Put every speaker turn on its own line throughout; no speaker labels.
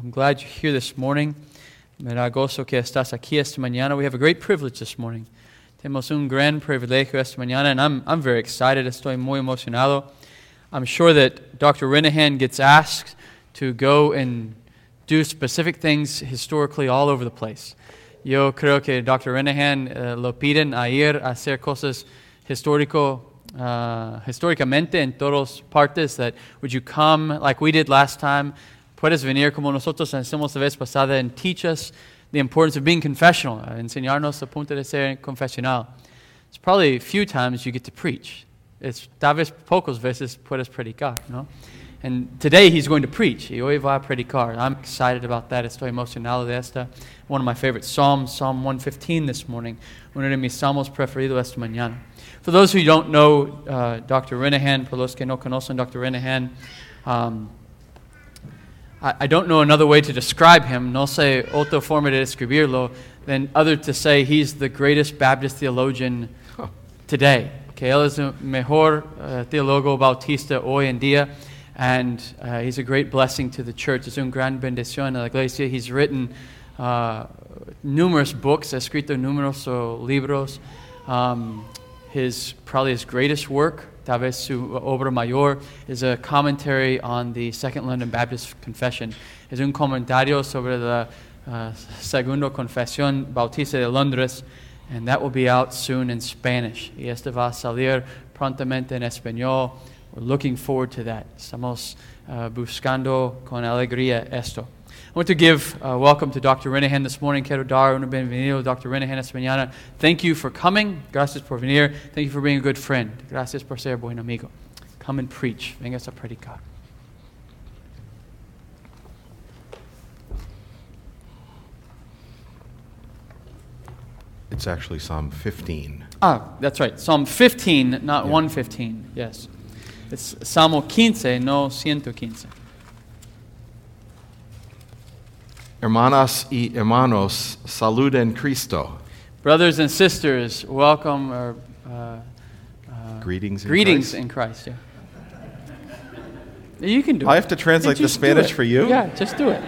I'm glad you're here this morning. Me da gozo que estás aquí esta mañana. We have a great privilege this morning. Tenemos un gran privilegio esta mañana, and I'm, I'm very excited. Estoy muy emocionado. I'm sure that Dr. Renahan gets asked to go and do specific things historically all over the place. Yo creo que Dr. Renahan uh, lo piden a ir a hacer cosas histórico, uh, históricamente en todas partes. That would you come like we did last time? Puedes venir como nosotros hicimos la vez pasada and teach us the importance of being confessional, uh, enseñarnos el punto de ser confesional. It's probably few times you get to preach. It's tal vez pocos veces puedes predicar, no? And today he's going to preach. Y hoy va a predicar. I'm excited about that. Estoy emocionado de esta. One of my favorite psalms, Psalm 115 this morning. Uno de mis salmos preferidos esta mañana. For those who don't know uh, Dr. Renahan, por los que no conocen Dr. Renahan, um, I, I don't know another way to describe him. No sé otra forma de describirlo than other to say he's the greatest Baptist theologian today. Que él es el mejor uh, teólogo bautista hoy en día and uh, he's a great blessing to the church. Es un gran bendición a la iglesia. He's written uh, numerous books, ha escrito numerosos libros. Um, his probably his greatest work, tal vez su obra mayor, is a commentary on the Second London Baptist Confession. Es un comentario sobre la uh, Segunda Confesión Bautista de Londres, and that will be out soon in Spanish. Y este va a salir prontamente en español. We're looking forward to that. Estamos uh, buscando con alegría esto. I want to give uh, welcome to Dr. Renahan this morning. Quiero dar un bienvenido, Dr. Renahan esta mañana. Thank you for coming. Gracias por venir. Thank you for being a good friend. Gracias por ser buen amigo. Come and preach. Vengas a predicar.
It's actually Psalm 15.
Ah, that's right. Psalm 15, not 115. Yes. It's Salmo 15, no 115.
Hermanas y hermanos, saluden Cristo.
Brothers and sisters, welcome or uh,
Greetings. in
greetings
Christ.
in Christ. Yeah. You can do it.
I have to translate the
Just do
Spanish
it.
for you?
Yeah, just do it.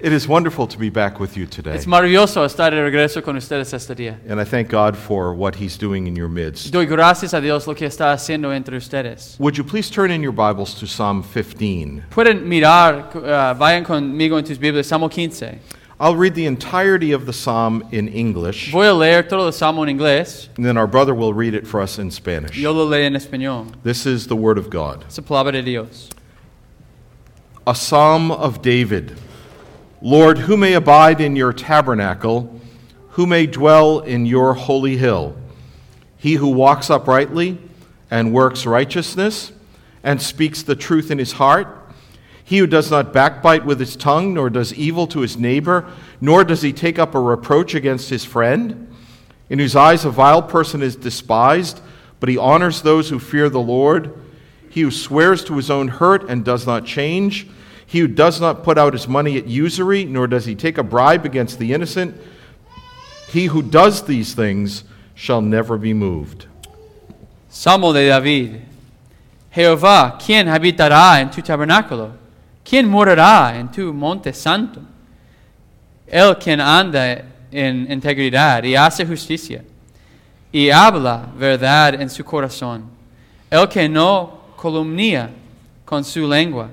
It is wonderful to be back with you today.
Es maravilloso estar de regreso con ustedes este día.
And I thank God for what He's doing in your midst.
Doy gracias a Dios lo que está haciendo entre ustedes.
Would you please turn in your Bibles to Psalm 15?
Pueden mirar, uh, vayan conmigo en tus Biblias, Salmo 15.
I'll read the entirety of the Psalm in English,
Voy a leer todo el Salmo en inglés.
and then our brother will read it for us in Spanish.
Yo lo leo en español.
This is the Word of God.
Es la palabra de Dios.
A psalm of David. Lord, who may abide in your tabernacle? Who may dwell in your holy hill? He who walks uprightly and works righteousness and speaks the truth in his heart. He who does not backbite with his tongue, nor does evil to his neighbor, nor does he take up a reproach against his friend, in whose eyes a vile person is despised, but he honors those who fear the Lord. He who swears to his own hurt and does not change, he who does not put out his money at usury, nor does he take a bribe against the innocent, he who does these things shall never be moved.
Salmo de David. Jehová, ¿quién habitará en tu tabernáculo? ¿Quién morará en tu monte santo? El quien anda en integridad y hace justicia, y habla verdad en su corazón, el que no calumnia con su lengua,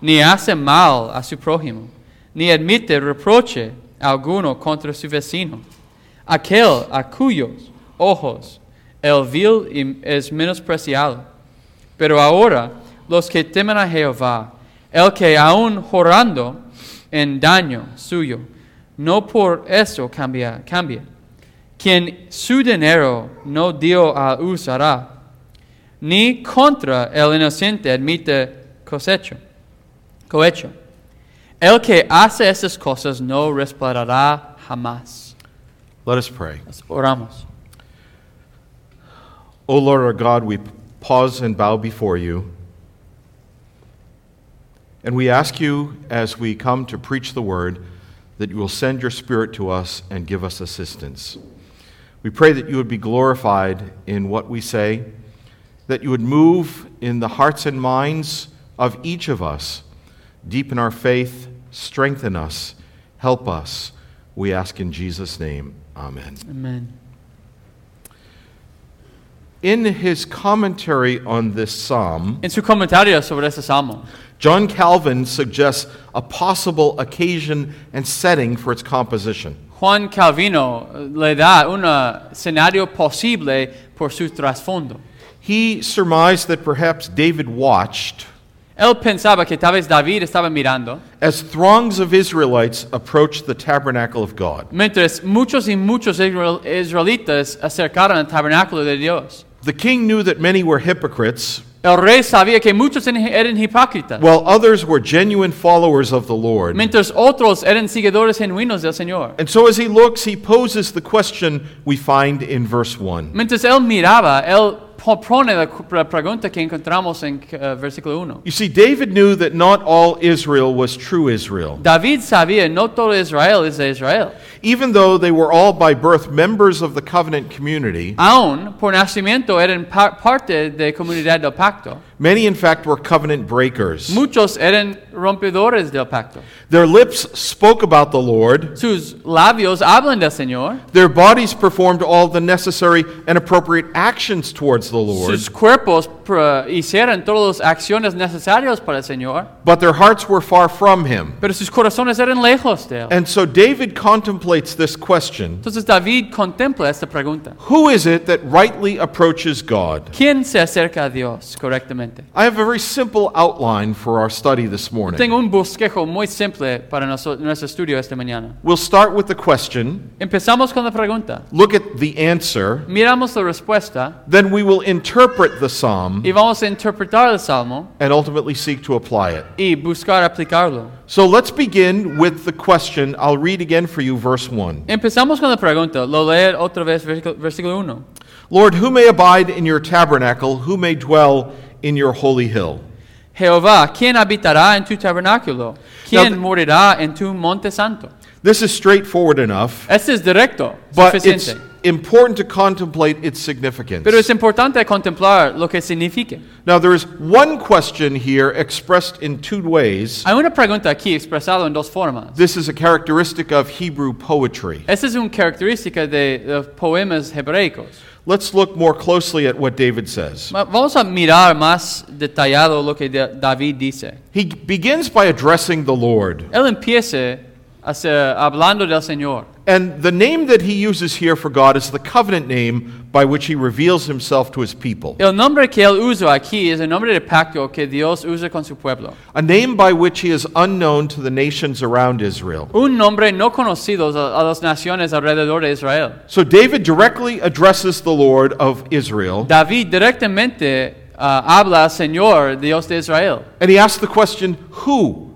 ni hace mal a su prójimo, ni admite reproche alguno contra su vecino, aquel a cuyos ojos el vil y- es menospreciado. Pero ahora los que temen a Jehová, el que aún jorando en daño suyo, no por eso cambia, cambia. Quien su dinero no dio a usará, ni contra el inocente admite cosecho, cohecho. El que hace esas cosas no resplandará jamás.
Let us pray.
Oramos.
O Lord our God, we pause and bow before you. And we ask you, as we come to preach the word, that you will send your spirit to us and give us assistance. We pray that you would be glorified in what we say, that you would move in the hearts and minds of each of us, Deepen our faith, strengthen us, help us. We ask in Jesus' name. Amen.
Amen.
In his commentary on this psalm,
En su comentario sobre este salmo,
John Calvin suggests a possible occasion and setting for its composition.
Juan Calvino eh, le da un eh, escenario posible por su trasfondo.
He surmised that perhaps David watched
Él pensaba que tal vez David estaba mirando,
as throngs of Israelites approached the tabernacle of God.
mientras muchos y muchos israel- israelitas acercaron al tabernáculo de Dios.
The king knew that many were hypocrites,
El rey sabía que muchos en- eran hipócritas,
while others were genuine followers of the Lord.
mientras otros eran seguidores genuinos del Señor.
And so as he looks, he poses the question we find in verse 1.
Mientras él miraba, él po- pone la cu- la pregunta que encontramos en eh, versículo 1.
You see, David knew that not all Israel was true Israel,
David sabía, no todo Israel es de Israel.
even though they were all by birth members of the covenant community.
Aún por nacimiento eran pa- parte de comunidad del pacto.
Many, in fact, were covenant breakers.
Muchos eran rompedores del pacto.
Their lips spoke about the Lord.
Sus labios hablan del Señor.
Their bodies performed all the necessary and appropriate actions towards the Lord.
Sus cuerpos pro- hicieron todas las acciones necesarias para el Señor,
But their hearts were far from him.
pero sus corazones eran lejos de él.
And so David contemplates this question
Entonces David contempla esta pregunta.
Who is it that rightly approaches God?
¿Quién se acerca a Dios correctamente?
I have a very simple outline for our study this morning.
Tengo un bosquejo muy simple para noso- nuestro estudio esta mañana.
We'll start with the question,
Empezamos con la pregunta.
look at the answer,
Miramos la respuesta
then we will interpret the psalm
y vamos a interpretar el salmo
and ultimately seek to apply it.
y buscar aplicarlo.
So let's begin with the question. I'll read again for you verse 1.
Empezamos con la pregunta. Lo leer otra vez, versico- versículo 1.
Lord, who may abide in your tabernacle? Who may dwell in your holy hill?
Jehová, ¿quién habitará en tu tabernáculo?
Now
¿Quién
th-
morirá en tu monte santo?
This is straightforward enough,
Este es directo,
but it's
suficiente.
important to contemplate its significance.
Pero es importante contemplar lo que significa.
Now, there is one question here expressed in two ways.
Hay una pregunta aquí expresada en dos formas.
This is a characteristic of Hebrew poetry.
Esta es una característica de los poemas hebraicos.
Let's look more closely at what David says.
Ma- Vamos a mirar más detallado lo que Da- David dice.
He begins by addressing the Lord,
Él empieza a ser- hablando del Señor.
and the name that he uses here for God is the covenant name by which he reveals himself to his people,
El nombre que él usa aquí es el nombre de pacto que Dios usa con su pueblo.
a name by which he is unknown to the nations around Israel.
Un nombre no conocido a, a las naciones alrededor de Israel.
So David directly addresses the Lord of Israel,
David directamente ah, habla al Señor, Dios de Israel.
and he asks the question, Who?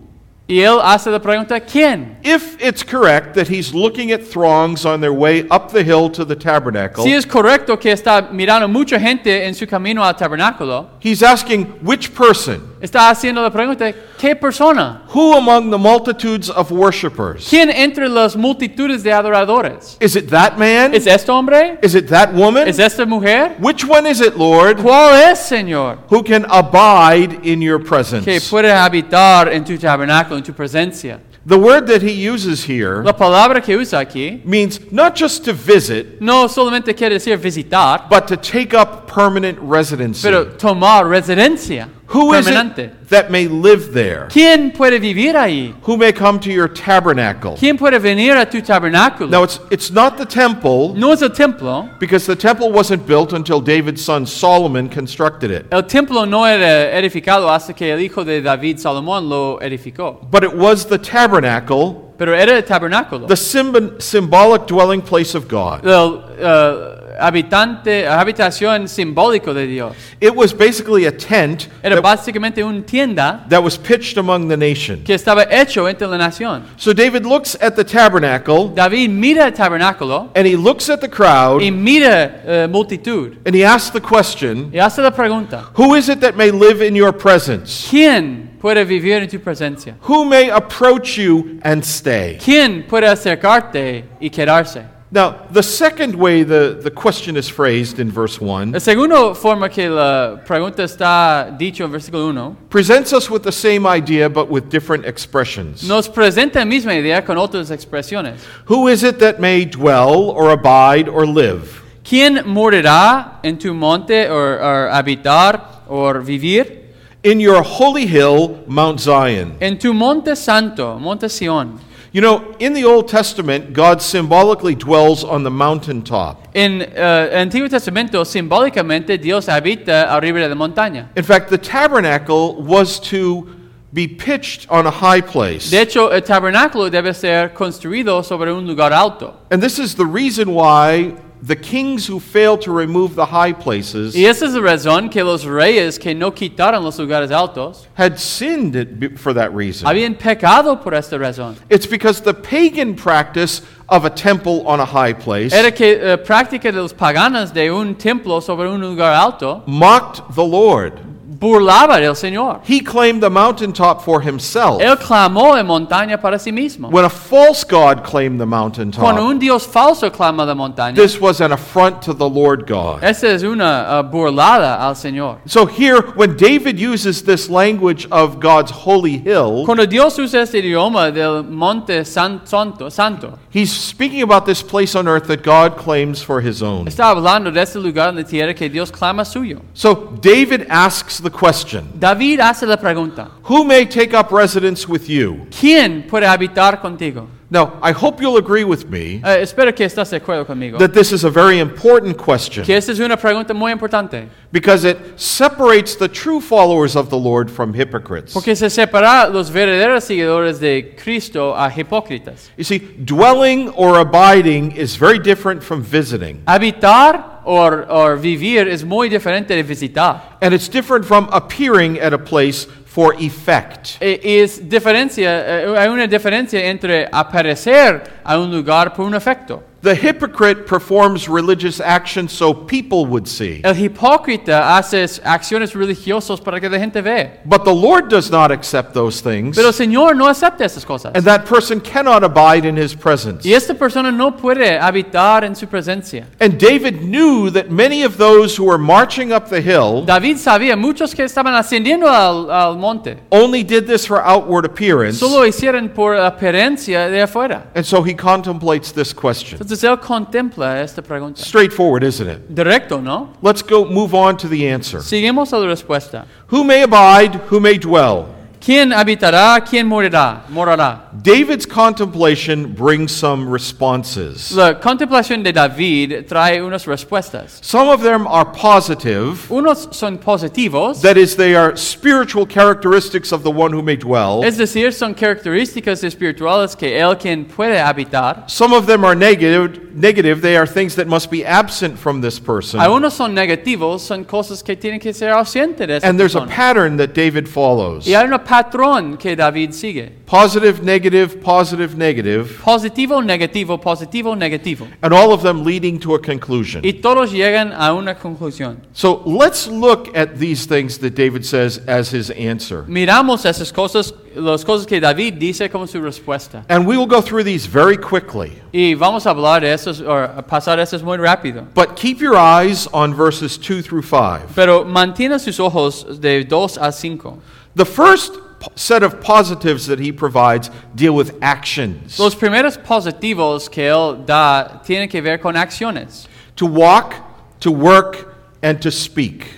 Y él hace la pregunta, ¿quién?
If it's correct that he's looking at throngs on their way up the hill to the tabernacle,
Si es correcto que está mirando mucha gente en su camino al tabernáculo,
he's asking, Which person?
está haciendo la pregunta, ¿qué persona?
Who among the multitudes of worshippers?
¿Quién entre las multitudes de adoradores?
Is it that man?
¿Es este hombre?
Is it that woman?
¿Es esta mujer?
Which one is it, Lord,
¿Cuál es, Señor?
who can abide in your
Que
presence?
puede habitar en tu tabernáculo, en tu presencia.
The word that he uses here
La palabra que usa aquí
means not just to visit,
no solamente quiere decir visitar,
but to take up permanent residency.
pero tomar residencia
Who is
permanente.
it that may live there?
¿Quién puede vivir ahí?
Who may come to your tabernacle?
¿Quién puede venir a tu tabernáculo?
Now, it's, it's not the temple,
No es el templo.
because the temple wasn't built until David's son Solomon constructed it.
El templo no era edificado hasta que el hijo de David Salomón lo edificó.
But it was the tabernacle,
Pero era el tabernáculo.
the symb- symbolic dwelling place of God.
el eh, habitante, habitación simbólico de Dios.
It was basically a tent
Era
that,
básicamente una tienda
that was pitched among the nation.
que estaba hecho entre la nación.
So David looks at the tabernacle,
David mira el tabernáculo
and he looks at the crowd,
y mira eh, multitud
and he asks the question
y hace la pregunta.
Who is it that may live in your presence?
¿Quién puede vivir en tu presencia?
Who may approach you and stay?
¿Quién puede acercarte y quedarse?
Now, the second way the, the question is phrased in verse 1
La segunda forma que la pregunta está dicho en versículo 1
presents us with the same idea but with different expressions.
nos presenta la misma idea con otras expresiones.
Who is it that may dwell or abide or live?
¿Quién morirá en tu monte o o habitar o vivir?
In your holy hill, Mount Zion.
En tu monte santo, monte Sión.
You know, in the Old Testament, God symbolically dwells on the mountaintop.
En eh, el Antiguo Testamento, simbólicamente, Dios habita arriba de la montaña.
In fact, the tabernacle was to be pitched on a high place.
De hecho, el tabernáculo debe ser construido sobre un lugar alto.
And this is the reason why the kings who failed to remove the high places
Y esa es la razón que los reyes que no quitaron los lugares altos
had sinned it be- for that reason.
habían pecado por esta razón.
It's because the pagan practice of a temple on a high place
Era que la práctica de los paganos de un templo sobre un lugar alto
mocked the Lord.
burlaba del Señor.
He claimed the mountaintop for himself.
Él clamó en montaña para sí mismo.
When a false god claimed the
Cuando
mountaintop,
un Dios falso clama la montaña,
this was an affront to the Lord God.
esa es una uh, burlada al Señor.
So here, when David uses this language of God's holy hill,
Cuando Dios usa este idioma del monte san- santo, santo,
he's speaking about this place on earth that God claims for his own.
está hablando de este lugar en la tierra que Dios clama suyo.
So David asks the question
David hace la pregunta,
Who may take up residence with you?
¿quién puede habitar contigo?
Now, I hope you'll agree with me
Eh, espero que estás de acuerdo conmigo.
that this is a very important question
que esta es una pregunta muy importante,
because it separates the true followers of the Lord from hypocrites.
porque se separa los verdaderos seguidores de Cristo a hipócritas.
You see, dwelling or abiding is very different from visiting,
Habitar o vivir es muy diferente de visitar.
and it's different from appearing at a place for effect.
Eh, es diferencia, eh, hay una diferencia entre aparecer a un lugar por un efecto.
The hypocrite performs religious actions so people would see,
El hipócrita hace acciones religiosas para que la gente vea.
but the Lord does not accept those things,
Pero el Señor no acepta esas cosas.
and that person cannot abide in his presence.
Y esta persona no puede habitar en su presencia.
And David knew that many of those who were marching up the hill
David sabía, muchos que estaban ascendiendo al, al monte,
only did this for outward appearance,
solo hicieron por apariencia de afuera.
and so he contemplates this question.
Entonces él contempla esta pregunta.
Straightforward, isn't it?
Directo, ¿no?
Let's go move on to the answer.
Seguimos a la respuesta.
Who may abide, who may dwell.
¿Quién habitará? ¿Quién morirá? Morará.
David's contemplation brings some responses.
La contemplación de David trae unas respuestas.
Some of them are positive,
Unos son positivos,
that is, they are spiritual characteristics of the one who may dwell.
es decir, son características espirituales que él quien puede habitar.
Some of them are negative, negative, they are things that must be absent from this person.
Algunos son negativos, son cosas que tienen que ser ausentes de esa
And there's a
persona.
pattern that David follows
Y hay un patrón que David sigue.
positive, negative, positive, negative,
Positivo, negativo, positivo, negativo.
and all of them leading to a conclusion.
Y todos llegan a una conclusión.
So let's look at these things that David says as his answer.
Miramos esas cosas, las cosas que David dice como su respuesta.
And we will go through these very quickly.
Y vamos a hablar de esas, o pasar esas muy rápido.
But keep your eyes on verses 2 through 5.
Pero mantiene sus ojos de 2 a 5.
The first p- set of positives that he provides deal with actions.
Los primeros positivos que él da tienen que ver con acciones.
To walk, to work, and to speak.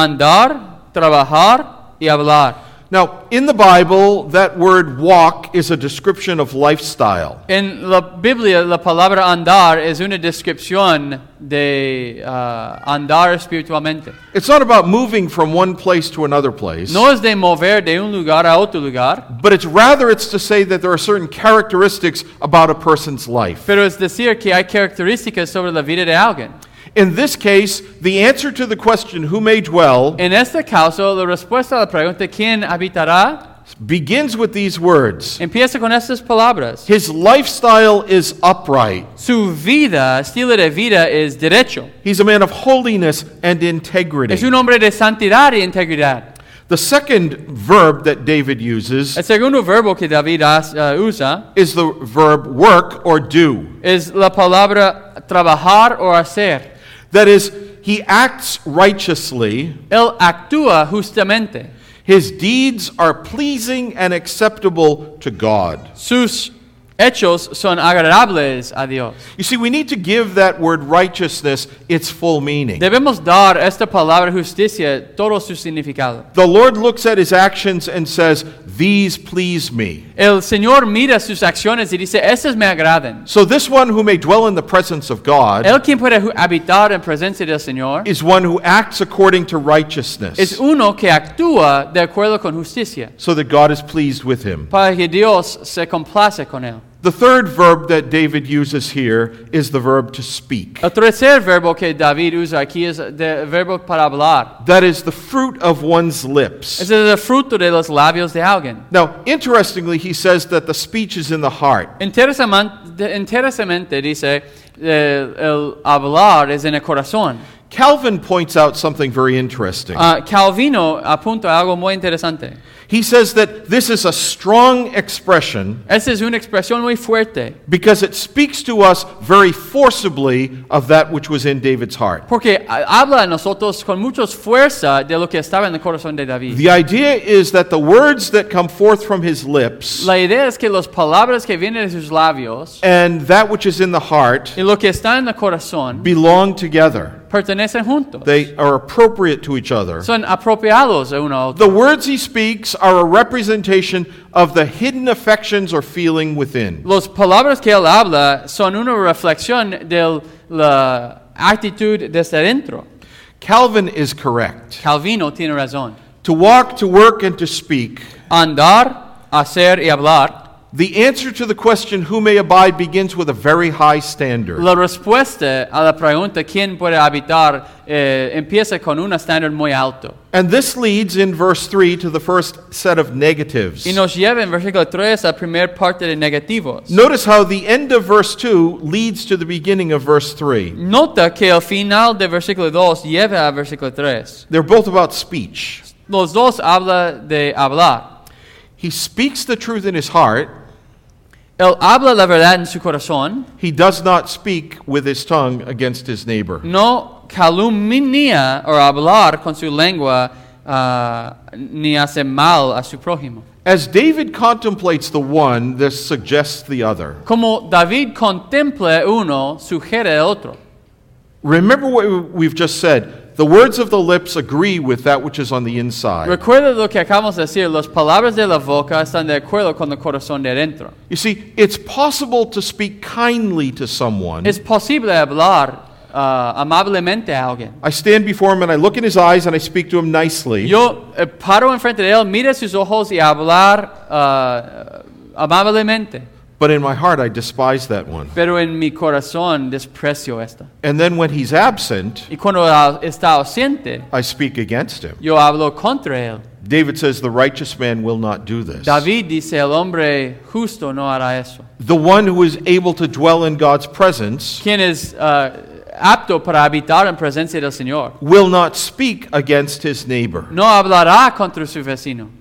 Andar, trabajar y hablar.
Now, in the Bible, that word walk is a description of lifestyle.
En la Biblia la palabra andar es una descripción de ah, andar espiritualmente.
It's not about moving from one place to another place,
No es de mover de un lugar a otro lugar,
but it's rather it's to say that there are certain characteristics about a person's life.
pero es decir que hay características sobre la vida de alguien.
In this case, the answer to the question, who may dwell,
En este caso, la respuesta a la pregunta ¿quién habitará?
begins with these words.
empieza con estas palabras.
His lifestyle is upright.
Su vida, estilo de vida es derecho.
He's a man of holiness and integrity.
Es un hombre de santidad e integridad.
The second verb that David uses
El segundo verbo que David hace- eh, usa
is the verb work or do.
es la palabra trabajar o hacer.
That is, he acts righteously,
Él actúa justamente.
his deeds are pleasing and acceptable to God.
Sus hechos son agradables a Dios.
You see, we need to give that word righteousness its full meaning.
Debemos dar esta palabra justicia todo su significado.
The Lord looks at his actions and says, These please me.
El Señor mira sus acciones y dice, estas me agradan.
So, this one who may dwell in the presence of God
El quien puede ju- habitar en presencia del Señor
is one who acts according to
es
righteousness,
uno que actúa de acuerdo con justicia,
so that God is pleased with him.
para que Dios se complace con él.
The third verb that David uses here is the verb to speak.
El tercer verbo que David usa aquí es de- el verbo para hablar.
That is the fruit of one's lips.
Ese es el fruto de los labios de alguien.
Now, interestingly, he says that the speech is in the heart.
Interesamante- Interesante dice, eh, el hablar es en el corazón.
Calvin points out something very interesting.
Ah, Calvino apunta algo muy interesante.
He says that this is a strong expression
Esa es una expresión muy fuerte,
because it speaks to us very forcibly of that which was in David's heart.
porque ah, habla a nosotros con mucha fuerza de lo que estaba en el corazón de David.
The idea is that the words that come forth from his lips
La idea es que las palabras que vienen de sus labios
and that which is in the heart
y lo que está en el corazón
belong together,
pertenecen juntos.
they are appropriate to each other.
Son apropiados de uno a otro.
The words he speaks are a representation of the hidden affections or feeling within.
Las palabras que él habla son una reflexión de la actitud desde adentro.
Calvin is correct.
Calvino tiene razón.
To walk, to work, and to speak,
Andar, hacer y hablar.
the answer to the question, who may abide, begins with a very high standard.
La respuesta a la pregunta quién puede habitar eh, empieza con un estándar muy alto.
And this leads in verse 3 to the first set of negatives.
Y nos lleva en versículo 3 a la primera parte de negativos.
Notice how the end of verse 2 leads to the beginning of verse 3.
Nota que el final del versículo 2 lleva al versículo 3.
They're both about speech.
Los dos habla de hablar.
He speaks the truth in his heart,
Él habla la verdad en su corazón,
he does not speak with his tongue against his neighbor.
no calumnia o hablar con su lengua ah, ni hace mal a su prójimo.
As David contemplates the one, this suggests the other.
Como David contempla uno, sugiere el otro.
Remember what we've just said. The words of the lips agree with that which is on the inside.
Recuerda lo que acabamos de decir, las palabras de la boca están de acuerdo con el corazón de adentro.
You see, it's possible to speak kindly to someone.
Es posible hablar ah, amablemente a alguien.
I stand before him and I look in his eyes and I speak to him nicely.
Yo eh, paro enfrente de él, mira sus ojos y hablar ah, amablemente,
But in my heart, I despise that one.
pero en mi corazón desprecio esta.
And then when he's absent,
Y cuando ah, está ausente,
I speak against him.
yo hablo contra él.
David says, The righteous man will not do this.
David dice, el hombre justo no hará eso.
The one who is able to dwell in God's presence
Quien es ah, apto para habitar en presencia del Señor,
will not speak against his neighbor.
no hablará contra su vecino,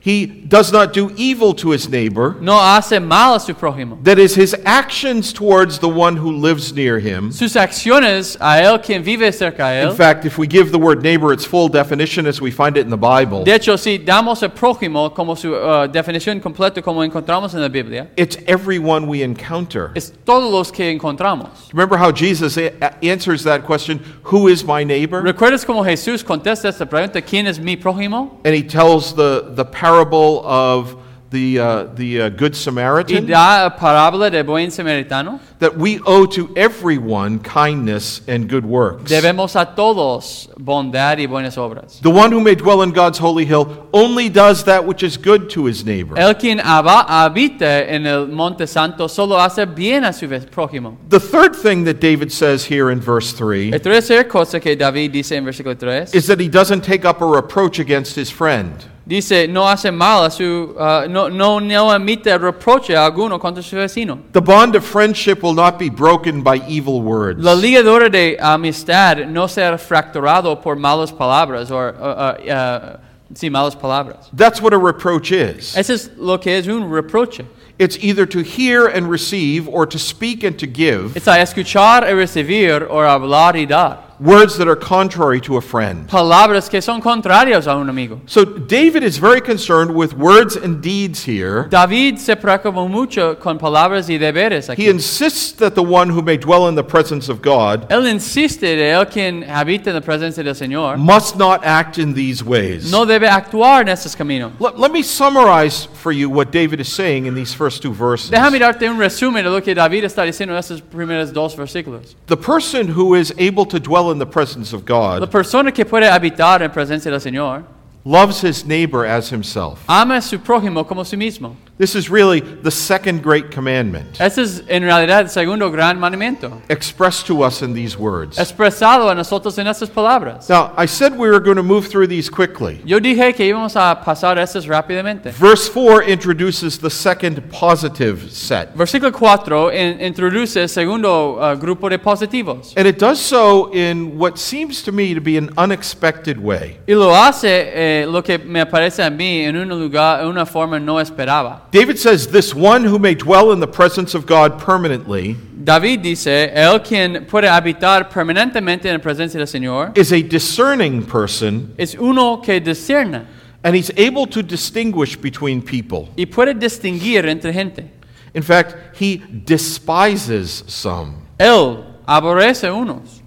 He does not do evil to his neighbor.
no hace mal a su prójimo.
That is, his actions towards the one who lives near him.
Sus acciones a él quien vive cerca de él
In fact, if we give the word neighbor its full definition as we find it in the Bible,
De hecho, si damos al prójimo como su uh, definición completa, como encontramos en la Biblia,
it's everyone we encounter.
es todos los que encontramos.
Remember how Jesus a- a- answers that question, Who is my neighbor?
¿Recuerdas cómo Jesús contesta esta pregunta, ¿quién es mi prójimo?
And he tells the, the parable of the, uh, the uh, Good
Y
Samaritan
da la parábola del buen samaritano.
that we owe to everyone kindness and good works.
Debemos a todos bondad y buenas obras.
The one who may dwell in God's holy hill only does that which is good to his neighbor.
El quien haba- habita en el monte santo solo hace bien a su vez- prójimo.
The third thing that David says here in verse 3
La tercera cosa que David dice en versículo 3,
is that he doesn't take up a reproach against his friend.
dice, no hace mal a su, uh, no, no, no emite reproche alguno contra su vecino.
The bond of friendship will not be broken by evil words.
La ligadura de amistad no será fracturado por malas palabras o, o, o, eh, uh, Sí, malas palabras.
That's what a reproach is.
Eso es lo que es un reproche.
It's either to hear and receive or to speak and to give
Es a escuchar y recibir o hablar y dar.
words that are contrary to a friend.
Palabras que son contrarias a un amigo.
So David is very concerned with words and deeds here.
David se preocupó mucho con palabras y deberes
He
aquí.
insists that the one who may dwell in the presence of God
Él insiste de él quien habita en la presencia del Señor
must not act in these ways.
no debe actuar en estos caminos.
Let, let me summarize for you what David is saying in these first two verses.
Déjame darte un resumen de lo que David está diciendo en estos primeros dos versículos.
The person who is able to dwell in the presence of
La
God
persona que puede habitar en presencia del Señor
loves his neighbor as himself.
ama a su prójimo como su mismo.
This is really the second great commandment
Ese es en realidad el segundo gran mandamiento,
expressed to us in these words.
expresado a nosotros en estas palabras.
Now, I said we were going to move through these quickly.
Yo dije que íbamos a pasar estas rápidamente.
Verse 4 introduces the second positive set,
Versículo 4 in- introduce el segundo uh, grupo de positivos.
and it does so in what seems to me to be an unexpected way.
Y lo hace eh, lo que me parece a mí en un lugar, en una forma no esperaba.
David says, This one who may dwell in the presence of God permanently
David dice, el quien puede habitar permanentemente en la presencia del Señor
is a discerning person,
es uno que discierne
and he's able to distinguish between people.
y puede distinguir entre gente.
In fact, he despises some.
Él aborrece unos.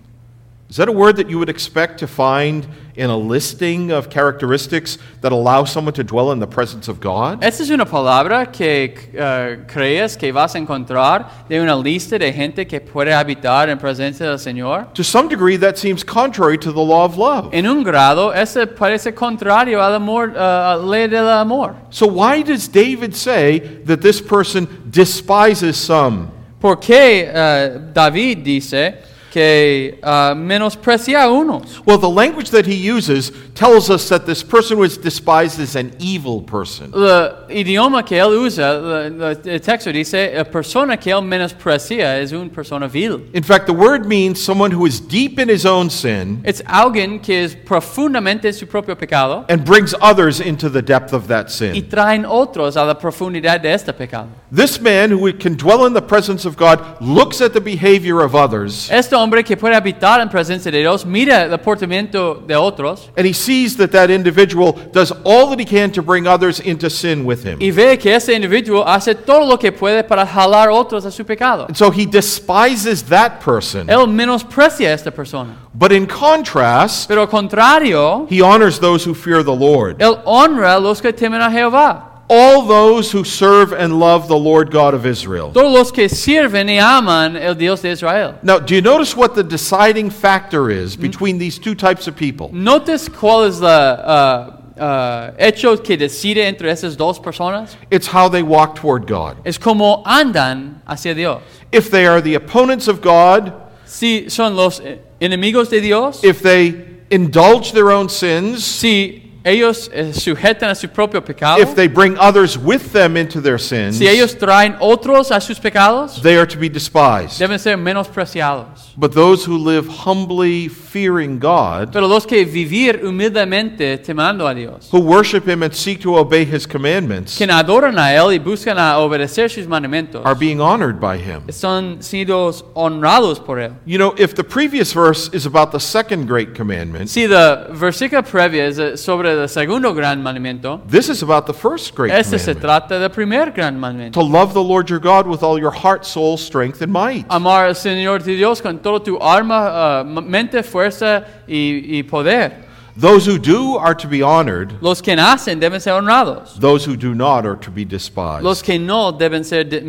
Is that a word that you would expect to find in a listing of characteristics that allow someone to dwell in the presence of God?
Esta es una palabra que eh, crees que vas a encontrar de una lista de gente que puede habitar en presencia del Señor.
To some degree, that seems contrary to the law of love.
En un grado, ese parece contrario al amor, eh, a la ley del amor.
So, why does David say that this person despises some?
¿Por qué eh, David dice que eh, menosprecia a unos?
Well, the language that he uses tells us that this person was despised as an evil person.
El idioma que él usa, la- la- el texto dice, la persona que él menosprecia es una persona vil.
In fact, the word means someone who is deep in his own sin
Es alguien que es profundamente en su propio pecado
and brings others into the depth of that
y
sin.
traen otros a la profundidad de este pecado.
This man who can dwell in the presence of God looks at the behavior of others
Este hombre que puede habitar en presencia de Dios mira el comportamiento de otros
and he sees that that individual does all that he can to bring others into sin with him.
y ve que ese individuo hace todo lo que puede para jalar otros a su pecado.
And so he despises that person.
Él menosprecia a esta persona.
But in contrast,
Pero al contrario,
he honors those who fear the Lord.
él honra a los que temen a Jehová.
All those who serve and love the Lord God of Israel.
Todos los que sirven y aman el Dios de Israel.
Now, do you notice what the deciding factor is between these two types of people?
¿Notes cuál es el hecho que decide entre esas dos personas?
It's how they walk toward God.
Es cómo andan hacia Dios.
If they are the opponents of God,
Si son los eh, enemigos de Dios,
if they indulge their own sins,
si ellos eh, sujetan a su propio pecado,
if they bring others with them into their sins,
si ellos traen otros a sus pecados,
they are to be despised.
deben ser menospreciados.
But those who live humbly fearing God,
Pero los que vivir humildemente temando a Dios,
who worship Him and seek to obey His commandments,
quien adoran a Él y buscan a obedecer sus mandamientos,
are being honored by Him.
son sido honrados por Él.
You know, if the previous verse is about the second great commandment,
Si la versículo previa es eh, sobre el segundo gran mandamiento,
this is about the first great
este se
commandment.
trata del primer gran mandamiento.
To love the Lord your God with all your heart, soul, strength, and might.
Amar al Señor tu Dios con todo tu alma, ah, m- mente, fuerza y, y poder.
Those who do are to be honored,
Los que nacen deben ser honrados.
those who do not are to be
Los
despised.
que no deben ser de-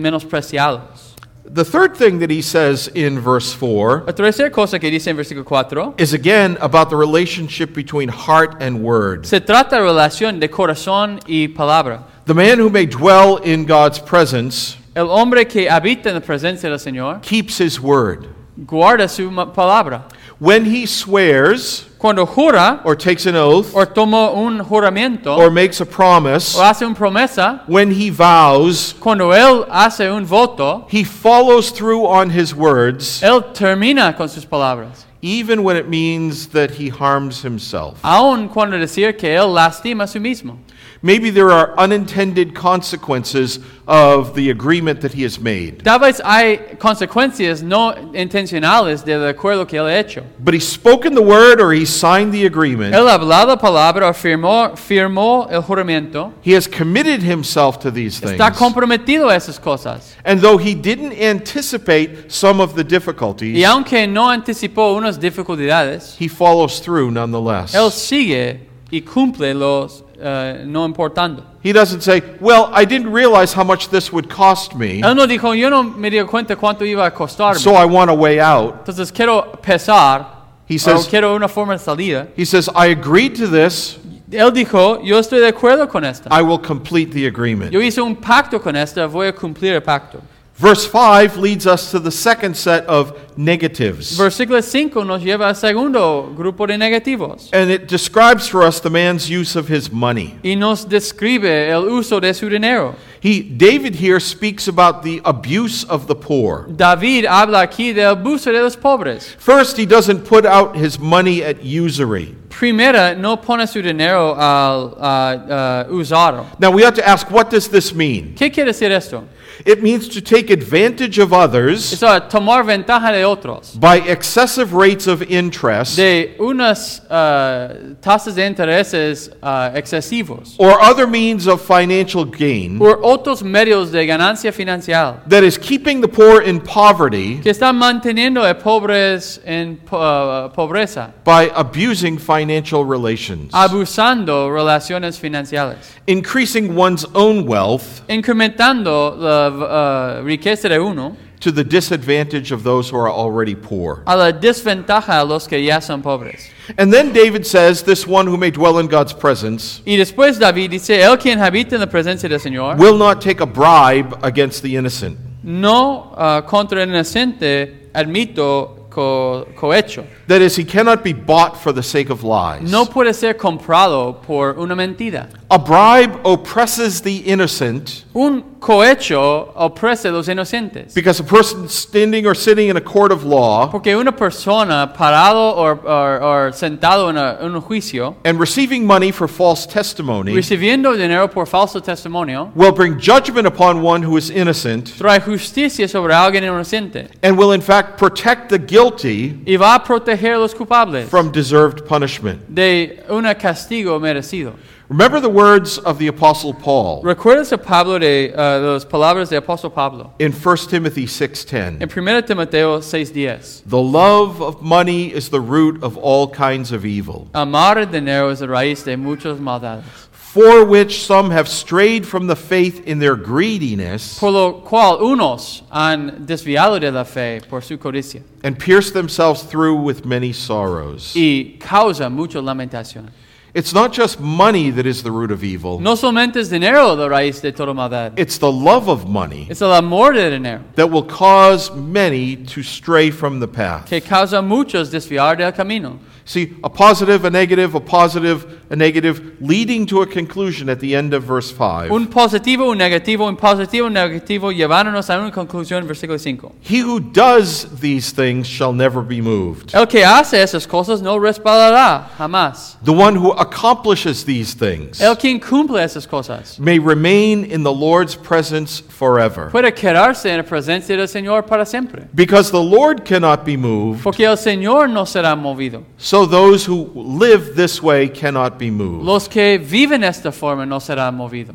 menospreciados.
The third thing that he says in verse 4
La tercera cosa que dice en versículo 4
is again about the relationship between heart and word.
se trata de relación de corazón y palabra.
The man who may dwell in God's presence
El hombre que habita en la presencia del Señor
keeps his word.
guarda su ma- palabra.
When he swears
Cuando jura
or takes an oath
o toma un juramento
or makes a promise,
o hace una promesa,
when he vows,
cuando él hace un voto,
he follows through on his words
él termina con sus palabras.
even when it means that he harms himself.
aun cuando decir que él lastima a sí mismo.
Maybe there are unintended consequences of the agreement that he has made.
Tal vez hay consecuencias no intencionales del acuerdo que él ha hecho.
But he's spoken the word or he signed the agreement.
Él ha hablado la palabra, o firmó, firmó el juramento,
He has committed himself to these things.
está comprometido a esas cosas.
And though he didn't anticipate some of the
Y
difficulties,
aunque no anticipó unas dificultades,
he follows through nonetheless.
él sigue y cumple los eh, no importando.
He doesn't say, Well, I didn't realize how much this would cost me,
Él no dijo, yo no me di cuenta cuánto iba a costarme.
so I want a way out.
Entonces quiero pesar,
He
o
says,
quiero una forma de salida.
he says, I agreed to this,
Él dijo, yo estoy de acuerdo con esta.
I will complete the agreement.
Yo hice un pacto con esta, voy a cumplir el pacto.
Verse 5 leads us to the second set of negatives.
Versículo 5 nos lleva al segundo grupo de negativos.
And it describes for us the man's use of his money.
Y nos describe el uso de su dinero.
He, David here speaks about the abuse of the poor.
David habla aquí del abuso de los pobres.
First, he doesn't put out his money at usury.
Primera, no pone su dinero al a- a usarlo.
Now, we have to ask what does this mean?
¿Qué quiere decir esto?
It means to take advantage of others
Es a tomar ventaja de otros.
by excessive rates of interest
De unas ah, tasas de intereses ah, excesivos.
or other means of financial gain
Por otros medios de ganancia financiera.
that is keeping the poor in poverty
que están manteniendo a pobres en po- uh, pobreza,
by abusing financial relations,
abusando relaciones financieras,
increasing one's own wealth
incrementando la uh, riqueza de uno
to the disadvantage of those who are already poor.
a la desventaja de los que ya son pobres.
And then David says, This one who may dwell in God's presence
Y después David dice, el quien habita en la presencia del Señor
will not take a bribe against the innocent.
no uh, contra el inocente admito co- cohecho.
That is, he cannot be bought for the sake of lies.
No puede ser comprado por una mentira.
A bribe oppresses the innocent
Un cohecho oprese a los inocentes.
because a person standing or sitting in a court of law
Porque una persona parado o, o- o sentado en, a- en un juicio,
and receiving money for false testimony
recibiendo dinero por falso testimonio,
will bring judgment upon one who is innocent
trae justicia sobre alguien inocente
and will, in fact, protect the guilty
y va a proteger a los culpables
from deserved punishment.
de un castigo merecido.
Remember the words of the Apostle Paul
¿Recuerdas a Pablo de, uh, de las palabras del apóstol Pablo?
in 1 Timothy 6:10.
En 1 Timoteo 6:10,
The love of money is the root of all kinds of evil,
amar el dinero es la raíz de muchas maldades,
for which some have strayed from the faith in their greediness
por lo cual unos han desviado de la fe por su codicia
and pierced themselves through with many sorrows.
y causa mucha lamentación.
It's not just money that is the root of evil,
No solamente es dinero la raíz de toda maldad,
it's the love of money
es el amor de dinero
that will cause many to stray from the path.
que causa a muchos desviar del camino.
See, a positive, a negative, a positive, a negative, leading to a conclusion at the end of verse 5.
Un positivo, un negativo, un positivo, un negativo, llevándonos a una conclusión, versículo 5.
He who does these things shall never be moved.
El que hace esas cosas no respaldará jamás.
The one who accomplishes these things
El quien cumple esas cosas
may remain in the Lord's presence forever.
puede quedarse en la presencia del Señor para siempre.
Because the Lord cannot be moved,
Porque el Señor no será movido.
so those who live this way cannot be moved.
Los que viven de esta forma no serán movidos.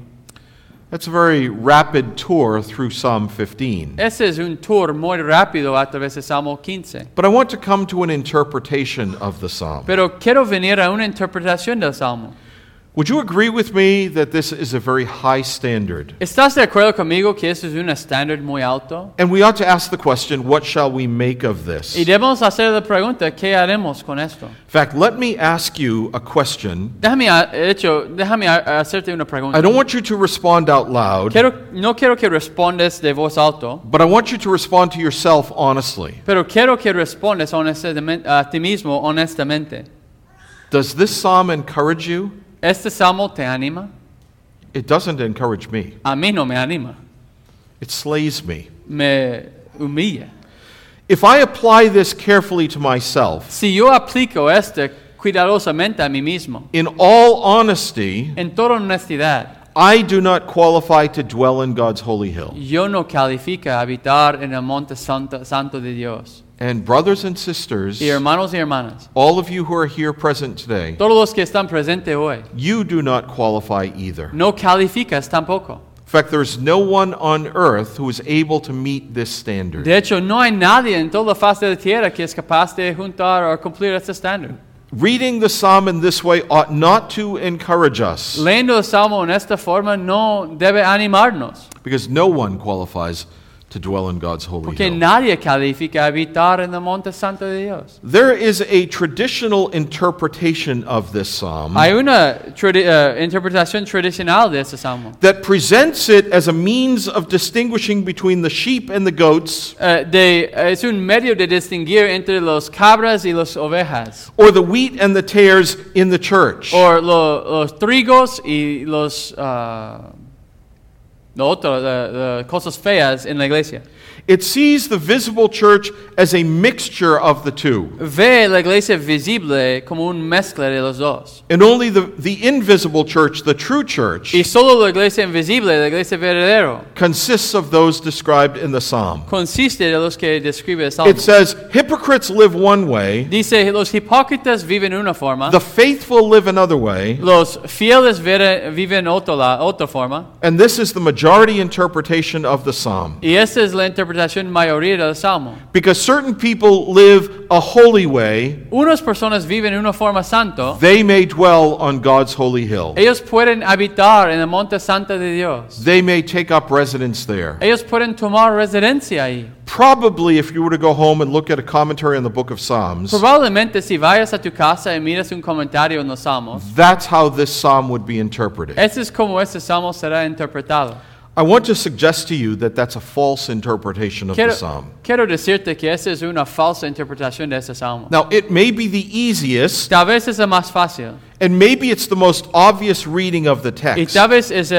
That's a very rapid tour through Psalm 15.
Ese es un tour muy rápido a través de Salmo 15.
But I want to come to an interpretation of the psalm.
Pero quiero venir a una interpretación del Salmo.
Would you agree with me that this is a very high standard?
¿Estás de acuerdo conmigo que eso es un estándar muy alto?
And we ought to ask the question what shall we make of this?
Y
In
debemos hacer la pregunta, ¿qué haremos con esto?
fact, let me ask you a question.
Déjame, ha- de hecho, déjame ha- hacerte una
I
pregunta.
don't want you to respond out loud,
Quiero, no quiero que respondes de voz alto,
but I want you to respond to yourself honestly.
pero quiero que respondes honestamente, a ti mismo honestamente.
Does this psalm encourage you?
¿Este salmo te anima?
It doesn't encourage me.
A mí no me anima,
It slays me.
me humilla.
If I apply this carefully to myself,
Si yo aplico esto cuidadosamente a mí mismo,
in all honesty,
en toda honestidad,
I do not qualify to dwell in God's holy hill.
yo no califica habitar en el monte santo, santo de Dios.
And brothers and sisters,
Y hermanos y hermanas,
all of you who are here present today,
todos los que están presentes hoy,
you do not qualify either.
no calificas tampoco.
In fact, there is no one on earth who is able to meet this standard.
De hecho, no hay nadie en toda la faz de la tierra que es capaz de juntar o cumplir este estándar.
Reading the psalm in this way ought not to encourage us
Leyendo el Salmo en esta forma no debe animarnos,
because no one qualifies to dwell in God's holy
porque
hill.
nadie califica habitar en el monte santo de Dios.
There is a traditional interpretation of this psalm
Hay una tradi- eh, interpretación tradicional de este Salmo.
that presents it as a means of distinguishing between the sheep and the goats
Eh, de- eh, es un medio de distinguir entre los cabras y las ovejas,
or the wheat and the tares in the church.
o lo- los trigos y los ah, lo otro, la- la cosas feas en la iglesia.
It sees the visible church as a mixture of the two,
Ve la iglesia visible como un mezcla de los dos.
and only the, the invisible church, the true church,
Y solo la iglesia invisible, la iglesia verdadera,
consists of those described in the psalm.
consiste de los que describe el Salmo.
It says, Hypocrites live one way,
Dice, los hipócritas viven una forma,
the faithful live another way,
los fieles vera- viven otra, la- otra forma,
and this is the majority interpretation of the psalm.
y esa es la interpretación mayoría del Salmo.
Because certain people live a holy way,
Unas personas viven en una forma santo,
they may dwell on God's holy hill.
ellos pueden habitar en el monte santo de Dios.
They may take up residence there.
Ellos pueden tomar residencia ahí.
Probably, if you were to go home and look at a commentary on the book of Psalms,
Probablemente si vayas a tu casa y miras un comentario en los salmos,
that's how this psalm would be interpreted.
ese es como este salmo será interpretado.
I want to suggest to you that that's a false interpretation of
Quiero,
the psalm.
quiero decirte que esa es una falsa interpretación de este salmo.
Now, it may be the easiest,
Tal vez es el más fácil
and maybe it's the most obvious reading of the
y
text,
tal vez es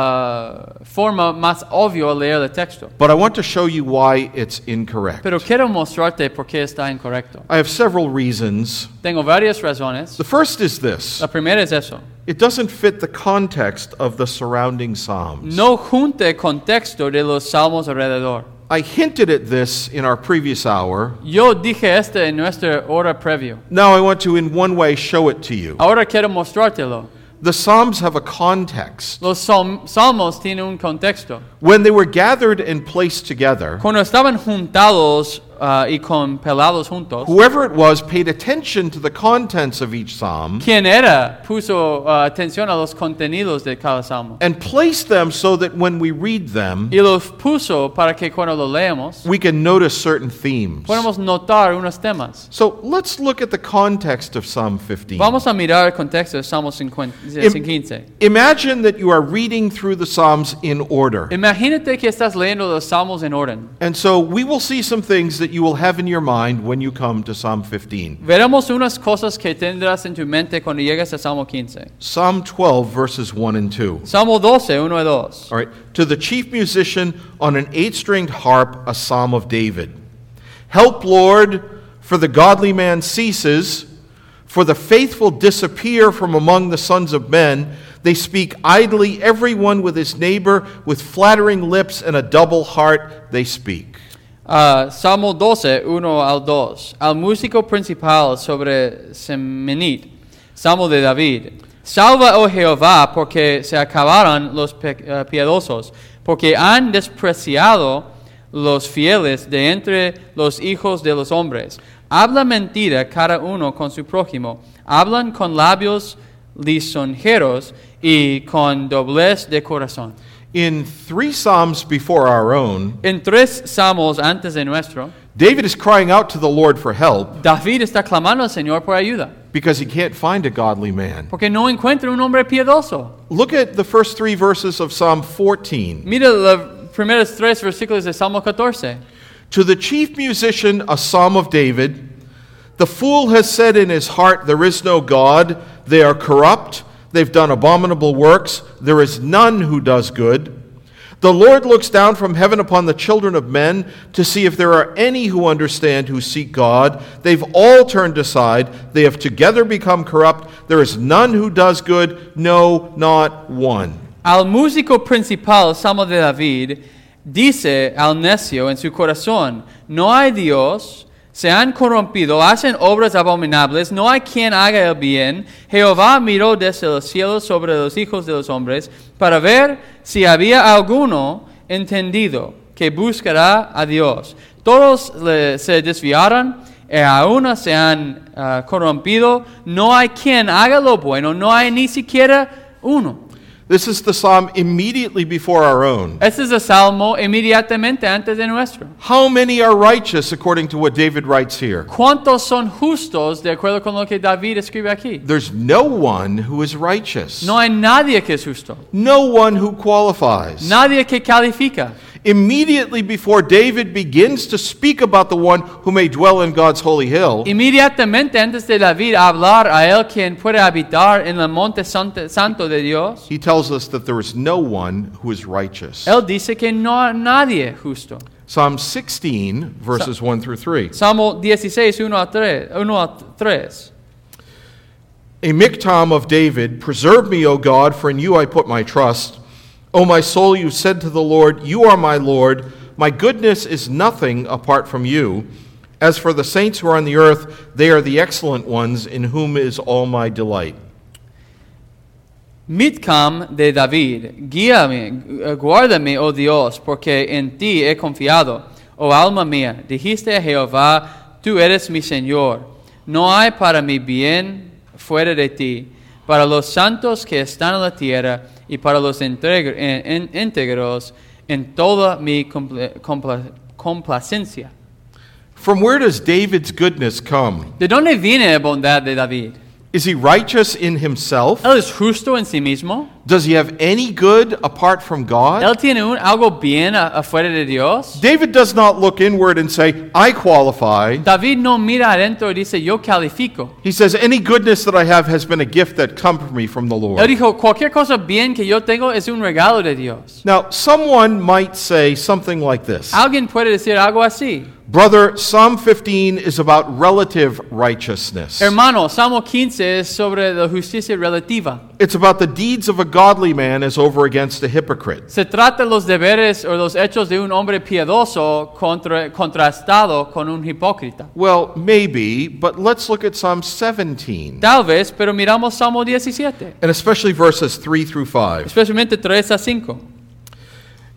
la forma más obvio leer el texto.
but I want to show you why it's incorrect.
Pero quiero mostrarte por qué está incorrecto.
I have several reasons.
Tengo varias razones.
The first is this
La primera es eso.
it doesn't fit the context of the surrounding psalms.
No junte el contexto de los salmos alrededor.
I hinted at this in our previous hour.
Yo dije esto en nuestra hora previa.
Now, I want to, in one way, show it to you.
Ahora quiero mostrártelo.
The Psalms have a context.
Los salm- salmos tienen un contexto.
When they were gathered and placed together,
Cuando estaban juntados ah, y compelados juntos,
whoever it was paid attention to the contents of each psalm
quien era puso ah, atención a los contenidos de cada salmo.
and placed them so that when we read them,
Y los puso para que cuando lo leemos,
we can notice certain themes.
podamos notar unos temas.
So let's look at the context of Psalm 15.
Vamos a mirar el contexto de Salmo 50
Im-
15.
Imagine that you are reading through the Psalms in order.
Imagínate que estás leyendo los salmos en orden.
And so we will see some things that you will have in your mind when you come to Psalm 15.
Veremos unas cosas que tendrás en tu mente cuando llegues a Salmo 15.
Psalm 12, verses 1 and 2.
Salmo 12, 1 y 2.
All right. To the chief musician on an eight stringed harp, a psalm of David. Help, Lord, for the godly man ceases, for the faithful disappear from among the sons of men. They speak idly, everyone with his neighbor, with flattering lips and a double heart they speak.
Ah, Salmo 12, 1 al 2. Al músico principal sobre Semenit, Salmo de David. Salva, oh Jehová, porque se acabaron los pe- eh, piadosos, porque han despreciado los fieles de entre los hijos de los hombres. Habla mentira cada uno con su prójimo. Hablan con labios lisonjeros y con doblez de corazón.
In three psalms before our own,
En tres salmos antes de nuestro,
David is crying out to the Lord for help
David está clamando al Señor por ayuda,
because he can't find a godly man.
porque no encuentra un hombre piadoso.
Look at the first three verses of Psalm 14.
Mira los primeros tres versículos de Salmo 14.
To the chief musician, a psalm of David The fool has said in his heart, There is no God. They are corrupt. They've done abominable works. There is none who does good. The Lord looks down from heaven upon the children of men to see if there are any who understand who seek God. They've all turned aside. They have together become corrupt. There is none who does good, no, not one.
Al músico principal, Salmo de David, dice al necio en su corazón, no hay Dios, se han corrompido, hacen obras abominables, no hay quien haga el bien. Jehová miró desde los cielos sobre los hijos de los hombres para ver si había alguno entendido que buscará a Dios. Todos le- se desviaron y a una se han ah, corrompido, no hay quien haga lo bueno, no hay ni siquiera uno.
This is the psalm immediately before our own.
Este es el salmo inmediatamente antes de nuestro.
How many are righteous according to what David writes here?
¿Cuántos son justos de acuerdo con lo que David escribe aquí?
There's no one who is righteous.
No hay nadie que es justo,
No one who qualifies.
nadie que califica.
Immediately before David begins to speak about the one who may dwell in God's holy hill,
Inmediatamente antes de David hablar a él quien puede habitar en el monte santo santo de Dios,
he tells us that there is no one who is righteous.
él dice que no hay nadie justo.
Psalm 16, verses 1 through 3.
Salmo 16, 1 a 3. 1 a 3.
A miktam of David, preserve me, O God, for in you I put my trust. O my soul, you said to the Lord, You are my Lord. My goodness is nothing apart from you. As for the saints who are on the earth, they are the excellent ones, in whom is all my delight.
Midcam de David, guíame, gu- guárdame, oh Dios, porque en ti he confiado. Oh alma mía, dijiste a Jehová, tú eres mi Señor. No hay para mi bien fuera de ti, para los santos que están en la tierra y para los integr- en- en- íntegros en toda mi compla- compla- complacencia.
From where does David's goodness come?
¿De dónde viene la bondad de David?
Is he righteous in himself?
¿Él es justo en sí mismo?
Does he have any good apart from God?
¿Él tiene un- algo bien a- afuera de Dios?
David does not look inward and say, I qualify.
David no mira adentro y dice, yo califico.
He says, Any goodness that I have has been a gift that come from me from the
Él
Lord.
dijo, cualquier cosa bien que yo tengo es un regalo de Dios.
Now, someone might say something like this
Alguien puede decir algo así.
Brother, Psalm 15 is about relative righteousness,
Hermano, Salmo 15 es sobre la justicia relativa.
it's about the deeds of a godly man as over against a hypocrite.
Se trata de los deberes o los hechos de un hombre piadoso contra- contrastado con un hipócrita.
Well, maybe, but let's look at Psalm 17,
Tal vez, pero miramos Salmo 17,
and especially verses 3 through 5.
especialmente 3 a 5.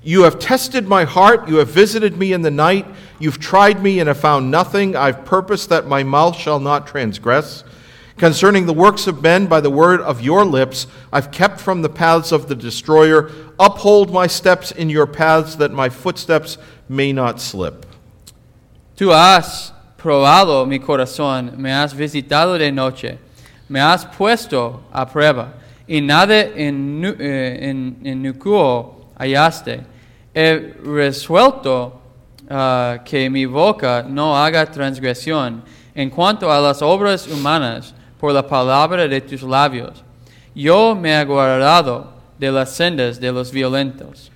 You have tested my heart. You have visited me in the night. You've tried me and have found nothing. I've purposed that my mouth shall not transgress. Concerning the works of men by the word of your lips, I've kept from the paths of the destroyer. Uphold my steps in your paths that my footsteps may not slip.
Tú has probado mi corazón, me has visitado de noche, me has puesto a prueba, y nada en, nu- eh, en, en nucuo hallaste. He resuelto ah, que mi boca no haga transgresión en cuanto a las obras humanas por la palabra de tus labios. Yo me he guardado de las sendas de los violentos.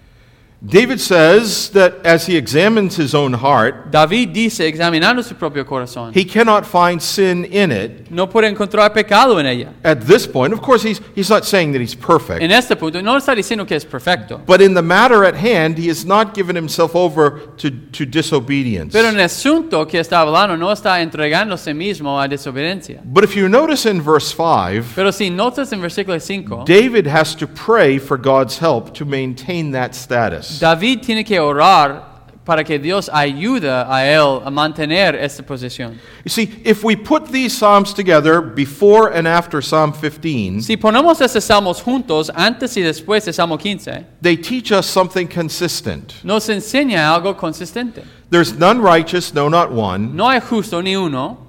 David says that as he examines his own heart,
David dice, examinando su propio corazón,
he cannot find sin in it.
no puede encontrar pecado en ella.
At this point, of course, he's, he's not saying that he's perfect.
En este punto, no está diciendo que es perfecto,
But in the matter at hand, he has not given himself over to, to disobedience.
pero en el asunto que está hablando no está entregándose mismo a desobediencia.
But if you notice in verse 5,
Pero si notas en versículo 5,
David has to pray for God's help to maintain that status.
David tiene que orar para que Dios ayude a él a mantener esta posición.
You see, if we put these Psalms together before and after Psalm 15,
Si ponemos estos salmos juntos, antes y después de Salmo 15,
they teach us something consistent.
nos enseña algo consistente.
There's none righteous, no, not one,
No hay justo ni uno,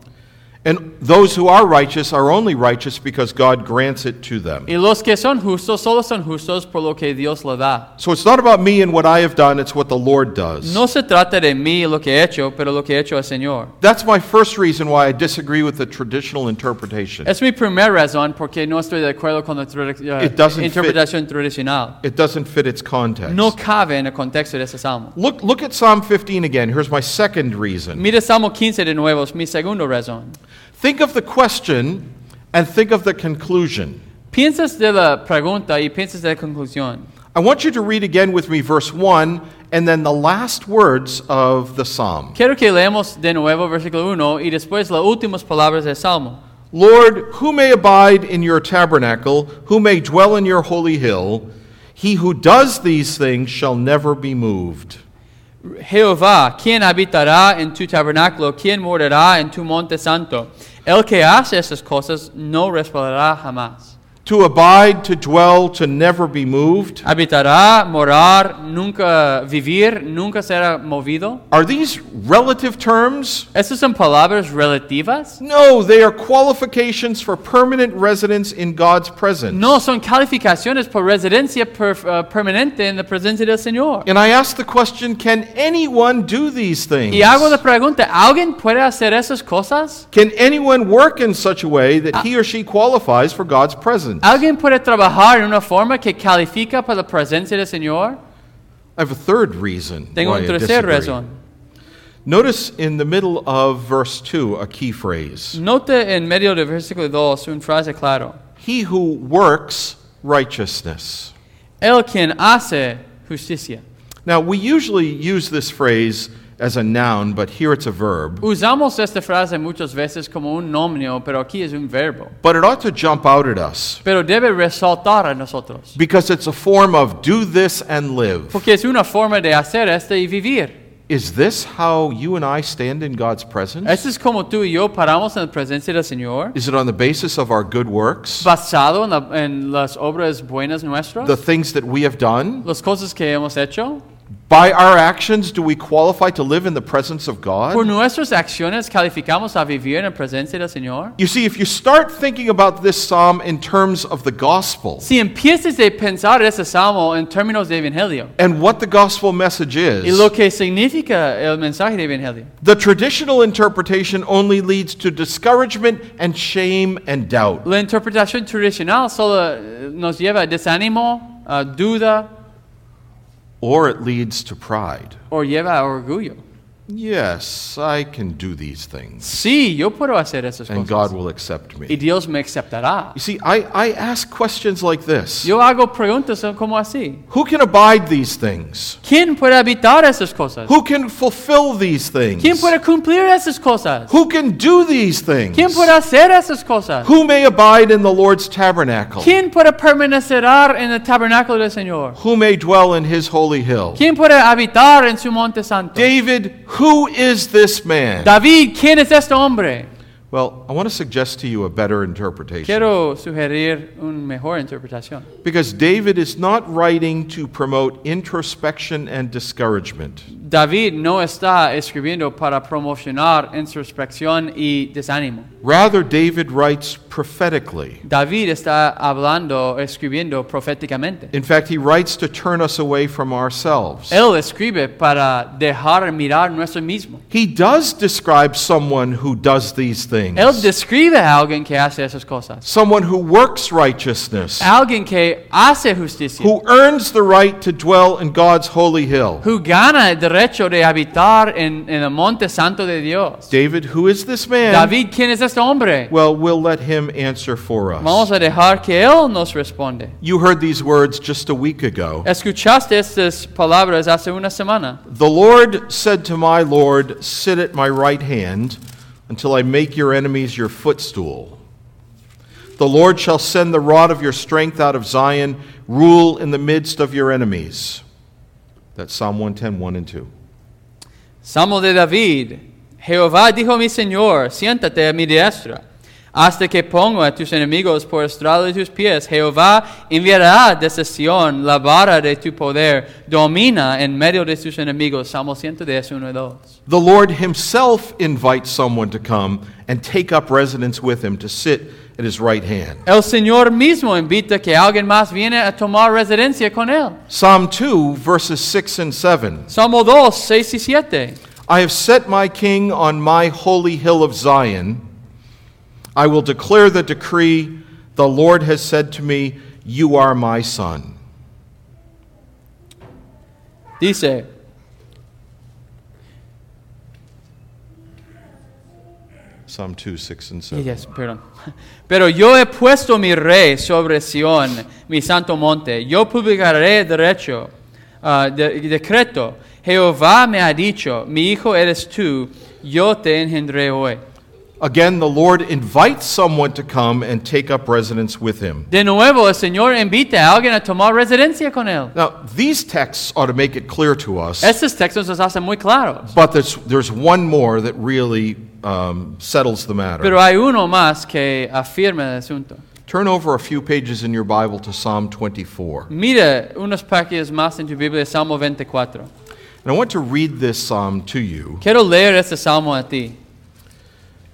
And those who are righteous are only righteous because God grants it to them.
Y los que son justos solo son justos por lo que Dios le da.
So it's not about me and what I have done, it's what the Lord does.
No se trata de mí lo que he hecho, pero lo que he hecho al Señor.
That's my first reason why I disagree with the traditional interpretation.
Es mi primera razón porque no estoy de acuerdo con la trad- eh,
It doesn't fit.
interpretación tradicional.
It doesn't fit its context.
No cabe en el contexto de ese salmo.
Look, look at Psalm 15 again. Here's my second reason.
Mire Salmo 15 de nuevo, es mi segunda razón.
Think of the question and think of the conclusion.
Piensas de la pregunta y piensas de la conclusión.
I want you to read again with me verse 1 and then the last words of the psalm.
Quiero que leamos de nuevo versículo 1 y después las últimas palabras del salmo.
Lord, who may abide in your tabernacle, who may dwell in your holy hill? He who does these things shall never be moved.
Jehová, ¿quién habitará en tu tabernáculo? ¿Quién morará en tu monte santo? El que hace esas cosas no resbalará jamás.
To abide, to dwell, to never be moved.
Habitará, morar, nunca vivir, nunca será movido.
Are these relative terms?
¿Estas son palabras relativas?
No, they are qualifications for permanent residence in God's presence.
No, son calificaciones por residencia per- eh, permanente en la presencia del Señor.
And I ask the question can anyone do these things?
Y hago la pregunta, ¿alguien puede hacer esas cosas?
Can anyone work in such a way that he or she qualifies for God's presence?
¿Alguien puede trabajar en una forma que califica para la presencia del Señor?
I have a third reason.
Tengo
why
un
I
tercer
disagree.
razón.
Notice in the middle of verse 2 a key phrase
Note en medio del versículo 2 una frase claro.
He who works righteousness.
El quien hace justicia.
Now, we usually use this phrase as a noun, but here it's a verb.
Usamos esta frase muchas veces como un nombre, pero aquí es un verbo.
But it ought to jump out at us
Pero debe resaltar a nosotros.
because it's a form of do this and live.
Porque es una forma de hacer esto y vivir.
Is this how you and I stand in God's presence?
Esto es como tú y yo paramos en la presencia del Señor,
Is it on the basis of our good works,
basado en, la- en las obras buenas nuestras,
the things that we have done?
las cosas que hemos hecho.
By our actions, do we qualify to live in the presence of
Por
God?
nuestras acciones calificamos a vivir en la presencia del Señor.
You see, if you start thinking about this psalm in terms of the gospel
Si empiezas a pensar ese salmo en términos de evangelio
and what the gospel message
y lo
is,
que significa el mensaje de evangelio,
the traditional interpretation only leads to discouragement and shame and doubt.
la interpretación tradicional solo eh, nos lleva a desánimo, a duda
Or it leads to pride.
o lleva a orgullo.
Yes, I can do these things,
Sí, yo puedo hacer esas cosas
and God will accept
y
me.
Dios me aceptará.
You see, I, I ask questions like this
Yo hago preguntas como así.
Who can abide these things?
¿Quién puede habitar esas cosas?
Who can fulfill these things?
¿Quién puede cumplir esas cosas?
Who can do these things?
¿Quién puede hacer esas cosas?
Who may abide in the Lord's tabernacle?
¿Quién puede permanecer en el tabernáculo del Señor?
Who may dwell in his holy hill?
¿Quién puede habitar en su monte santo?
David, who is this man?
David, ¿quién es este hombre?
Well, I want to suggest to you a better interpretation.
Quiero sugerir una mejor interpretación.
Because David is not writing to promote introspection and discouragement.
David no está escribiendo para promocionar introspección y desánimo.
Rather, David writes prophetically.
David está hablando, escribiendo proféticamente.
In fact, he writes to turn us away from ourselves.
Él escribe para dejar mirar nuestro mismo.
He does describe someone who does these
Él
things.
describe a alguien que hace esas cosas.
Someone who works righteousness.
Alguien que hace justicia.
who earns the right to dwell in God's holy hill.
Who gana el derecho de habitar en, en el monte santo de Dios.
David, who is this man?
David, ¿quién es este hombre?
Well, we'll let him answer for
Vamos a
us.
dejar que Él nos responde.
You heard these words just a week ago.
Escuchaste estas palabras hace una semana.
The Lord said to my Lord, Sit at my right hand until I make your enemies your footstool. The Lord shall send the rod of your strength out of Zion, rule in the midst of your enemies. That's Psalm 110, 1 and 2.
Salmo de David. Jehová dijo a mi Señor, siéntate a mi diestra, hasta que ponga a tus enemigos por estrado de tus pies. Jehová enviará desde Sión la vara de tu poder, domina en medio de tus enemigos. Salmo 110, 1 y 2.
The Lord himself invites someone to come and take up residence with him, to sit at his right hand.
El Señor mismo invita que alguien más viene a tomar residencia con él.
Psalm 2, verses 6 and 7.
Salmo 2, 6 y 7.
I have set my king on my holy hill of Zion. I will declare the decree. The Lord has said to me, You are my son.
Dice,
Psalm 2, 6 and 7.
Yes, perdón. Pero yo he puesto mi rey sobre Sión, mi santo monte. Yo publicaré derecho, ah, de- decreto. Jehová me ha dicho, mi hijo eres tú, yo te engendré hoy.
Again, the Lord invites someone to come and take up residence with him.
De nuevo, el Señor invita a alguien a tomar residencia con él.
Now, these texts ought to make it clear to us,
Estos textos nos hacen muy claros.
but there's, there's one more that really um, settles the matter.
Pero hay uno más que afirma el asunto.
Turn over a few pages in your Bible to Psalm 24.
Mira unos paquetes más en tu Biblia, Salmo 24.
And I want to read this psalm to you.
Quiero leer este salmo a ti.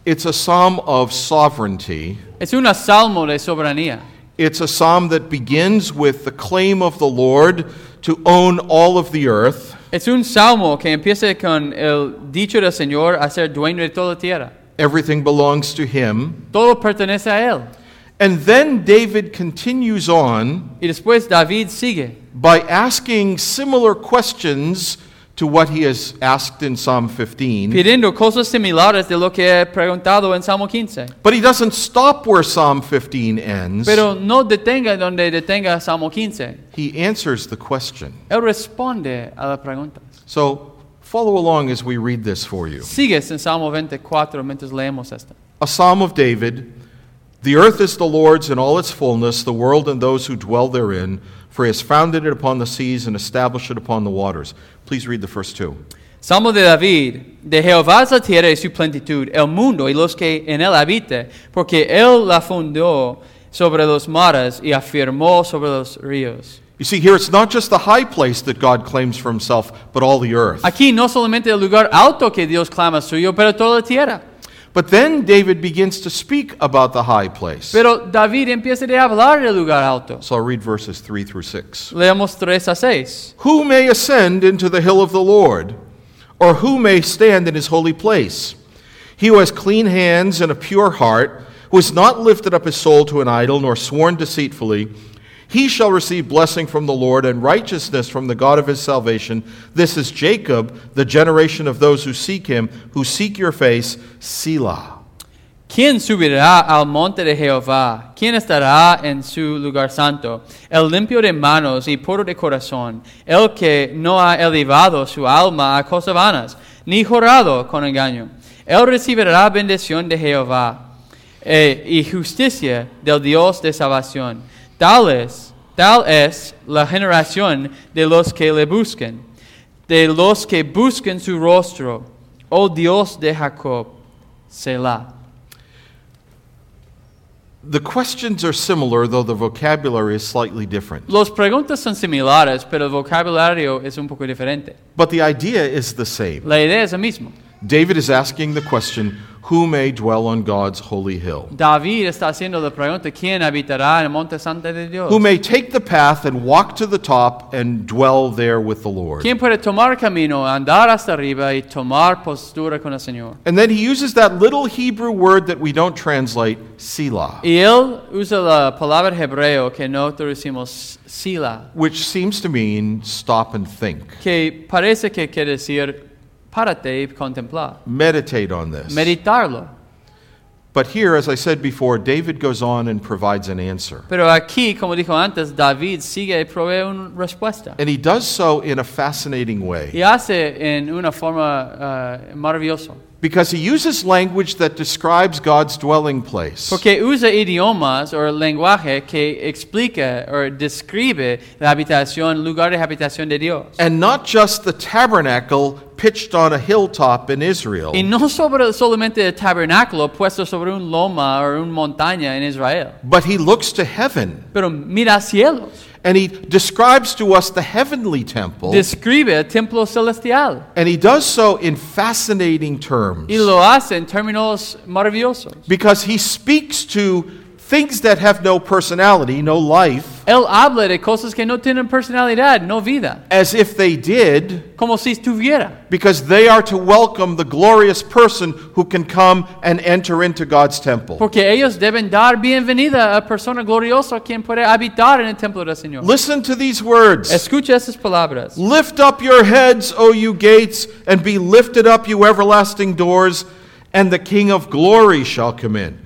It's a psalm of sovereignty.
Es un salmo de soberanía.
It's a psalm that begins with the claim of the Lord to own all of the earth
Es un salmo que empieza con el dicho del Señor a ser dueño de toda tierra.
everything belongs to him.
Todo pertenece a Él.
And then David continues on
Y después David sigue
by asking similar questions to what he has asked in Psalm 15.
pidiendo cosas similares de lo que he preguntado en Salmo 15.
But he doesn't stop where Psalm 15 ends.
Pero no detenga donde detenga Salmo 15.
He answers the question.
Él responde a la pregunta.
So follow along as we read this for you.
Sigues en Salmo 24 mientras leemos esto.
A psalm of David The earth is the Lord's and all its fullness, the world and those who dwell therein, for he has founded it upon the seas and established it upon the waters. Please read the first two.
Salmo de David, de Jehová es la tierra y su plenitud, el mundo y los que en él habiten, porque él la fundó sobre los mares y afirmó sobre los ríos.
You see, here it's not just the high place that God claims for himself, but all the earth.
Aquí no solamente el lugar alto que Dios clama suyo, pero toda la tierra.
But then David begins to speak about the high place.
Pero David empieza a hablar del lugar alto.
So I'll read verses 3 through 6.
Leemos 3 a 6.
Who may ascend into the hill of the Lord? Or who may stand in his holy place? He who has clean hands and a pure heart, who has not lifted up his soul to an idol, nor sworn deceitfully, he shall receive blessing from the Lord and righteousness from the God of his salvation. This is Jacob, the generation of those who seek him, who seek your face, Selah.
¿Quién subirá al monte de Jehová? ¿Quién estará en su lugar santo? El limpio de manos y puro de corazón, el que no ha elevado su alma a cosas vanas, ni jurado con engaño. Él recibirá bendición de Jehová eh, y justicia del Dios de salvación. Tal es, tal es la generación de los que le busquen, de los que busquen su rostro, oh Dios de Jacob, Selah.
The questions are similar, though the vocabulary is slightly different.
Las preguntas son similares, pero el vocabulario es un poco diferente.
But the idea is the same.
La idea es la misma.
David is asking the question, Who may dwell on God's holy hill?
David está haciendo la pregunta, ¿quién habitará en el monte santo de Dios?
Who may take the path and walk to the top and dwell there with the Lord?
¿Quién puede tomar camino, andar hasta arriba y tomar postura con el Señor?
And then he uses that little Hebrew word that we don't translate, Selah,
Y él usa la palabra hebreo que nosotros decimos sila,
which seems to mean stop and think.
que parece que quiere decir párate y contemplar,
Meditate on this.
meditarlo.
but here, as I said before, David goes on and provides an answer.
Pero aquí, como dijo antes, David sigue y provee una respuesta.
And he does so in a fascinating way
y hace en una forma ah, maravillosa.
because he uses language that describes God's dwelling place.
Porque usa idiomas o lenguaje que explica o describe la habitación, lugar de habitación de Dios.
And not just the tabernacle pitched on a hilltop in Israel.
Y no sobre, solamente el tabernáculo puesto sobre un loma o una montaña en Israel,
But he looks to heaven
pero mira cielos.
and he describes to us the heavenly temple.
Describe el templo celestial
and he does so in fascinating terms
y lo hace en términos maravillosos.
because he speaks to things that have no personality, no life,
Él habla de cosas que no tienen personalidad, no vida,
as if they did,
como si estuviera,
because they are to welcome the glorious person who can come and enter into God's temple.
porque ellos deben dar bienvenida a persona gloriosa quien puede habitar en el templo del Señor.
Listen to these words.
Escucha esas palabras.
Lift up your heads, O you gates, and be lifted up, you everlasting doors, and the King of glory shall come in.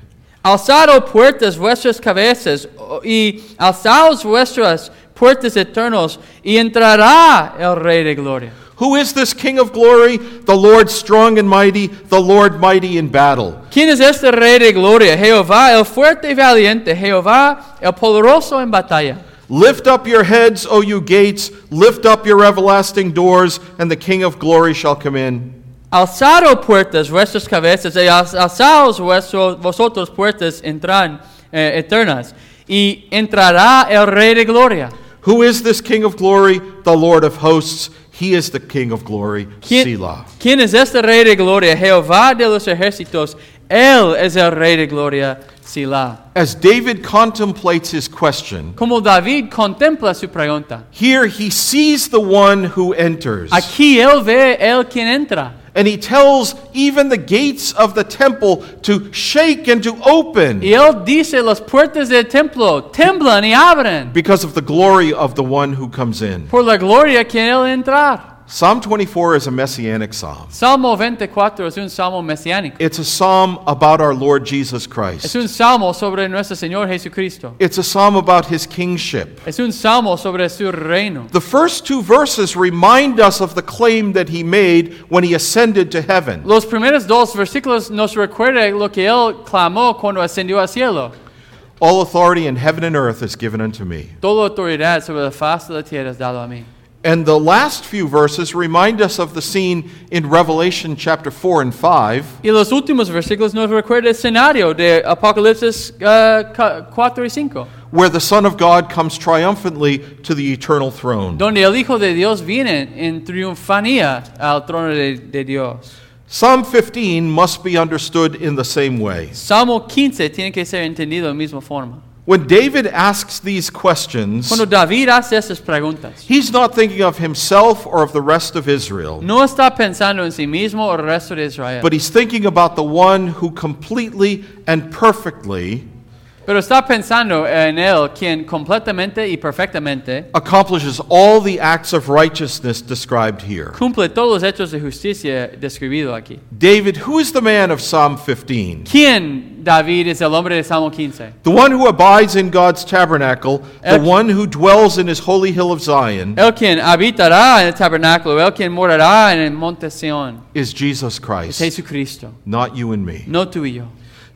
Alzad, oh puertas, vuestras cabezas, oh, y alzaos vuestras puertas eternos, y entrará el Rey de Gloria.
Who is this King of glory? The Lord strong and mighty, the Lord mighty in battle.
¿Quién es este Rey de Gloria? Jehová, el fuerte y valiente, Jehová, el poderoso en batalla.
Lift up your heads, O you gates, lift up your everlasting doors, and the King of glory shall come in.
Alzad, oh puertas, vuestras cabezas, y alz- alzaos vuestro- vosotros puertas entran, eh, eternas, y entrará el Rey de Gloria.
Who is this King of glory? The Lord of hosts. He is the King of glory.
¿Quién,
Selah.
quién es este rey de gloria? Jehová de los ejércitos. Él es el rey de gloria, Selah.
As David contemplates his question,
Como David contempla su pregunta.
here he sees the one who enters.
Aquí él ve él quien entra.
And he tells even the gates of the temple to shake and to open
Y él dice, las puertas del templo temblan y abren
because of the glory of the one who comes in.
por la gloria que él entrar.
Psalm 24 is a messianic psalm.
Salmo 24 es un salmo mesiánico.
It's a psalm about our Lord Jesus
Es
Christ.
un salmo sobre nuestro Señor Jesucristo.
It's a psalm about his kingship.
Es un salmo sobre su reino.
The first two verses remind us of the claim that he made when he ascended to heaven.
Los primeros dos versículos nos recuerdan lo que él clamó cuando ascendió al cielo.
All authority in heaven and earth is given unto me.
Toda autoridad sobre la faz de la tierra es dado a mí.
And the last few verses remind us of the scene in Revelation chapter 4 and 5
Y los últimos versículos nos recuerdan el escenario de Apocalipsis eh, ca- 4 y 5,
where the Son of God comes triumphantly to the eternal throne.
donde el Hijo de Dios viene en triunfanía al trono de, de Dios.
Psalm 15 must be understood in the same way.
Salmo 15 tiene que ser entendido de la misma forma.
When David asks these questions,
Cuando David hace esas preguntas,
he's not thinking of himself or of the rest of Israel.
no está pensando en sí mismo o el resto de Israel,
But he's thinking about the one who completely and perfectly
pero está pensando en Él, quien completamente y perfectamente
accomplishes all the acts of righteousness described here.
cumple todos los hechos de justicia describidos aquí.
David, who is the man of Psalm 15?
¿Quién, David, es el hombre de Salmo 15?
The one who abides in God's tabernacle, the
Ex-
one who dwells in his holy hill of Zion,
El quien habitará en el tabernáculo, el quien morará en el monte Sión,
is Jesus
es
Christ,
Jesucristo,
not you and me.
no tú y yo.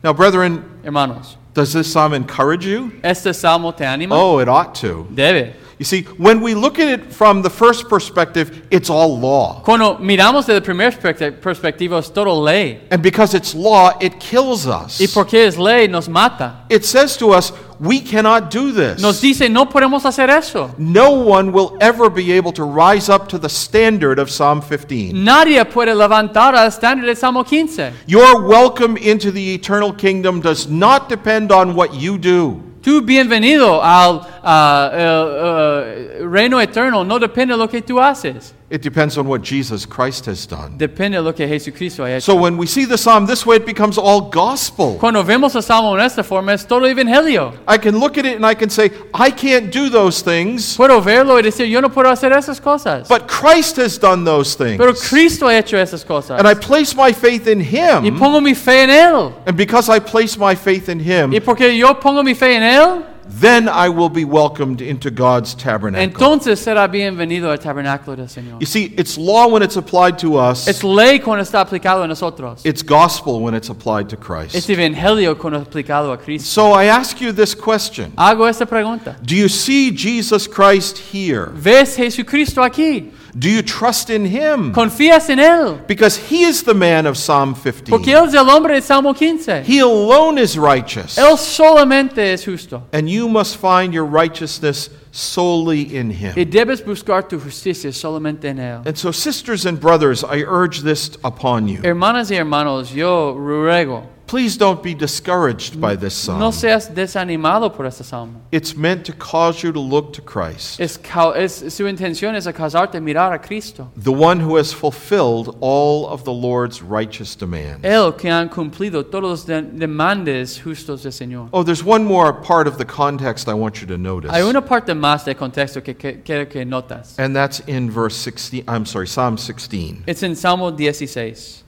Now, brethren,
Hermanos,
does this psalm encourage you?
¿este salmo te anima?
Oh, it ought to.
Debe.
You see, when we look at it from the first perspective, it's all law.
Cuando miramos desde la primera perspect- perspectiva, es todo ley.
And because it's law, it kills us.
Y porque es ley, nos mata.
It says to us, we cannot do this.
Nos dice, no podemos hacer eso.
No one will ever be able to rise up to the standard of Psalm 15.
Nadie puede levantar al estándar del Salmo 15.
Your welcome into the eternal kingdom does not depend on what you do.
Tu bienvenido al ah, el, eh, reino eterno no depende de lo que tú haces.
It depends on what Jesus Christ has done.
Depende de lo que Jesucristo ha hecho.
So when we see the psalm this way, it becomes all gospel.
Cuando vemos el Salmo en esta forma, es todo el Evangelio.
I can look at it and I can say, I can't do those things,
Puedo verlo y decir, yo no puedo hacer esas cosas.
but Christ has done those
Pero
things.
Cristo ha hecho esas cosas.
And I place my faith in
Y
Him.
pongo mi fe en Él.
And because I place my faith in Him,
Y porque yo pongo mi fe en Él,
then I will be welcomed into God's tabernacle.
entonces será bienvenido al tabernáculo del Señor.
You see, it's law when it's applied to
Es
us,
ley cuando está aplicado a nosotros.
it's gospel when it's applied to
Es
Christ.
Evangelio cuando aplicado a Cristo.
So I ask you this question
Hago esta pregunta.
Do you see Jesus Christ here?
¿Ves Jesucristo aquí?
Do you trust in him?
¿Confías en Él?
Because he is the man of Psalm
Porque
15.
Él es el hombre de Salmo 15.
He alone is righteous.
Él solamente es justo.
And you must find your righteousness solely in him.
Y debes buscar tu justicia solamente en Él.
And so, sisters and brothers, I urge this upon you.
Hermanas y hermanos, yo ruego,
Please don't be discouraged by this
no
psalm.
seas desanimado por este salmo.
It's meant to cause you to look to Christ,
Es, cau- es- su intención es a causarte mirar a Cristo.
the one who has fulfilled all of the Lord's righteous demands.
Él que han cumplido todos los de- demandes justos del Señor.
Oh, there's one more part of the context I want you to notice.
Hay una parte más de contexto que, que- quiero que notas.
And that's in verse 16, I'm sorry, Psalm 16,
Es en Salmo 16,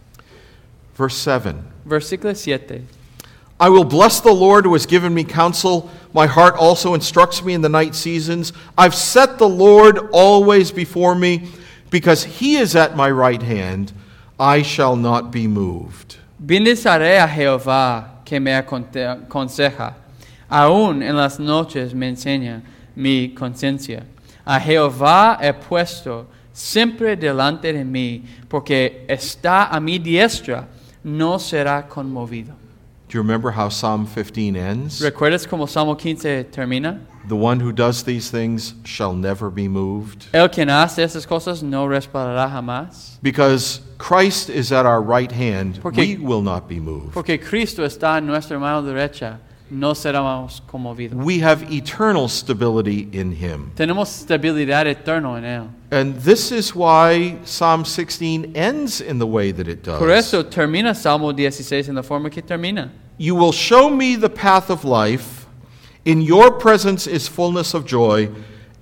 verse 7.
versículo 7.
I will bless the Lord who has given me counsel. My heart also instructs me in the night seasons. I've set the Lord always before me. Because he is at my right hand, I shall not be moved.
Bendeciré a Jehová que me aconte- aconseja. Aún en las noches me enseña mi conciencia. A Jehová he puesto siempre delante de mí, porque está a mi diestra, no será conmovido.
Do you remember how Psalm 15 ends?
¿Recuerdas cómo Salmo 15 termina?
The one who does these things shall never be moved.
El quien hace esas cosas no resbalará jamás,
Because Christ is at our right hand,
Porque-
we will not be moved.
porque Cristo está en nuestra mano derecha, no seremos conmovidos.
We have eternal stability in him.
Tenemos estabilidad eterna en Él.
And this is why Psalm 16 ends in the way that it does.
Por eso termina Salmo 16 en la forma que termina.
You will show me the path of life. In your presence is fullness of joy.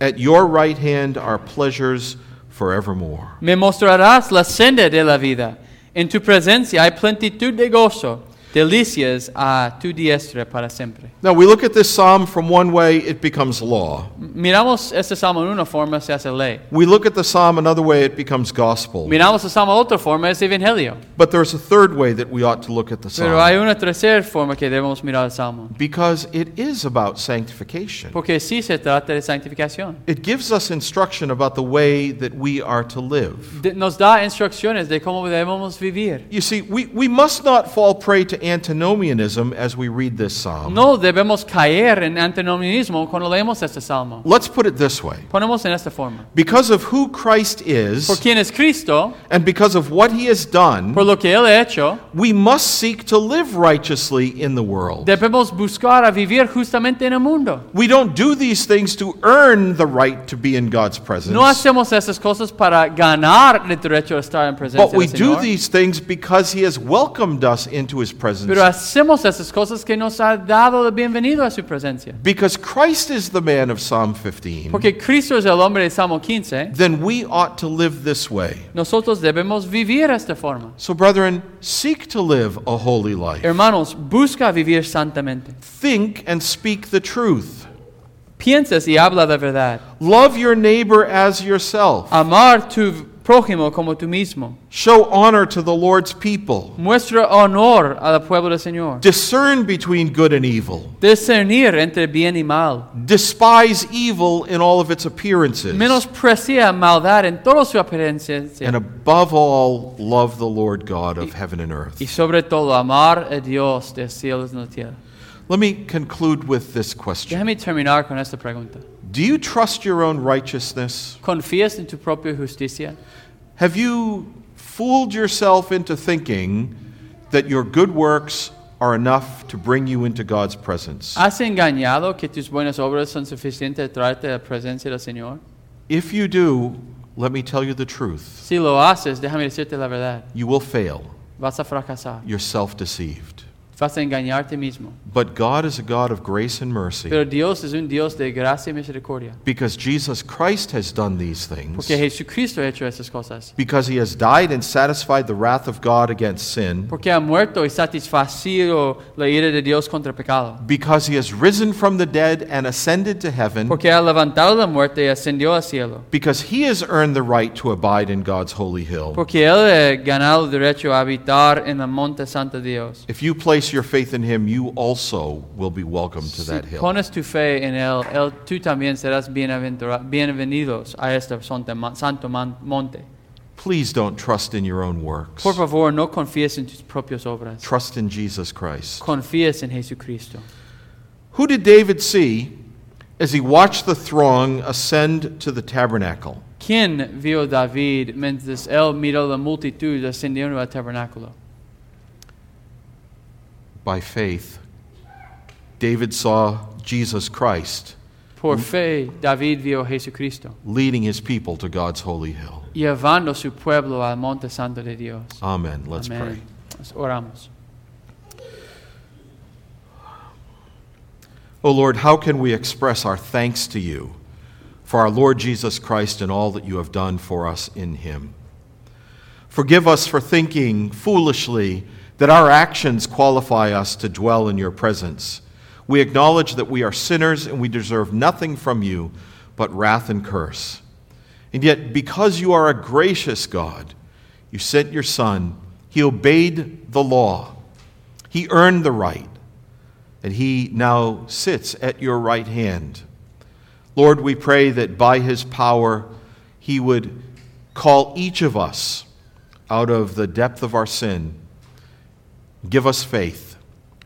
At your right hand are pleasures forevermore.
Me mostrarás la senda de la vida. En tu presencia hay plenitud de gozo, delicias a tu diestra para siempre.
Now, we look at this psalm from one way, it becomes law.
Miramos este salmo en una forma, se hace ley.
We look at the psalm another way, it becomes gospel.
Miramos el salmo de otra forma, es evangelio.
But there's a third way that we ought to look at the
Pero hay
psalm
una tercera forma que debemos mirar el salmo.
because it is about sanctification.
Porque sí se trata de santificación.
It gives us instruction about the way that we are to live.
De- nos da instrucciones de cómo debemos vivir.
You see, we, we must not fall prey to antinomianism as we read this psalm.
No debemos caer en antinomianismo cuando leemos este salmo.
Let's put it this way
Ponemos en esta forma.
because of who Christ
Por
is
quien es Cristo,
and because of what he has done,
por lo que Él ha hecho,
we must seek to live righteously in the world.
debemos buscar a vivir justamente en el mundo.
We don't do these things to earn the right to be in God's
No
presence,
hacemos esas cosas para ganar el derecho a estar en presencia
but we
del
do
Señor.
these things because he has welcomed us into his
Pero
presence.
hacemos esas cosas que nos ha dado el bienvenido a su presencia.
Because Christ is the man of Psalm 15,
Porque Cristo es el hombre de Salmo 15,
then we ought to live this way.
nosotros debemos vivir de esta forma.
So, brethren, seek to live a holy life.
Hermanos, busca vivir santamente.
Think and speak the truth.
Piensas y habla la verdad.
Love your neighbor as yourself.
Amar tu prójimo como tú mismo.
Show honor to the Lord's people.
Muestra honor al pueblo del Señor.
Discern between good and evil.
Discernir entre bien y mal.
Despise evil in all of its appearances.
Menosprecia maldad en toda su apariencia.
And above all, love the Lord God of heaven and
Y
earth.
sobre todo, amar a Dios de cielos y de la tierra.
Let me conclude with this question
Déjame terminar con esta pregunta.
Do you trust your own righteousness?
¿Confías en tu propia justicia?
Have you fooled yourself into thinking that your good works are enough to bring you into God's presence?
¿Has engañado que tus buenas obras son suficientes para traerte a la presencia del Señor?
If you do, let me tell you the truth.
Si lo haces, déjame decirte la verdad.
You will fail.
Vas a fracasar.
You're self deceived.
Vas a engañarte mismo.
But God is a God of grace and mercy.
Pero Dios es un Dios de gracia y misericordia.
Because Jesus Christ has done these things,
Porque Jesucristo ha hecho esas cosas.
because he has died and satisfied the wrath of God against sin,
Porque ha muerto y satisfacido la ira de Dios contra el pecado.
because he has risen from the dead and ascended to heaven,
Porque ha levantado la muerte y ascendió al cielo.
because he has earned the right to abide in God's holy hill.
Porque Él ha ganado el derecho a habitar en la monte santo de Dios.
If you place place your faith in him, you also will be welcome to
Si
that hill.
pones tu fe en Él, él tú también serás bienaventurados, bienvenidos a este santa- santo man- monte.
Please don't trust in your own works.
Por favor, no confíes en tus propias obras.
Trust in Jesus Christ.
Confíes en Jesucristo.
Who did David see as he watched the throng ascend to the tabernacle?
¿Quién vio David mientras él miró la multitud ascendiendo al tabernáculo?
By faith, David saw Jesus Christ
Por fe, David vio a Jesucristo,
leading his people to God's holy hill.
llevando su pueblo al monte santo de Dios.
Amen. Let's pray.
Amén. Oramos.
O Lord, how can we express our thanks to you for our Lord Jesus Christ and all that you have done for us in him? Forgive us for thinking foolishly that our actions qualify us to dwell in your presence. We acknowledge that we are sinners and we deserve nothing from you but wrath and curse. And yet, because you are a gracious God, you sent your Son. He obeyed the law, he earned the right and he now sits at your right hand. Lord, we pray that by his power he would call each of us out of the depth of our sin, give us faith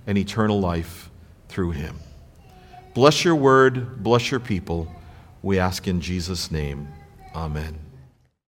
and eternal life through him. Bless your word, bless your people. We ask in Jesus' name. Amen.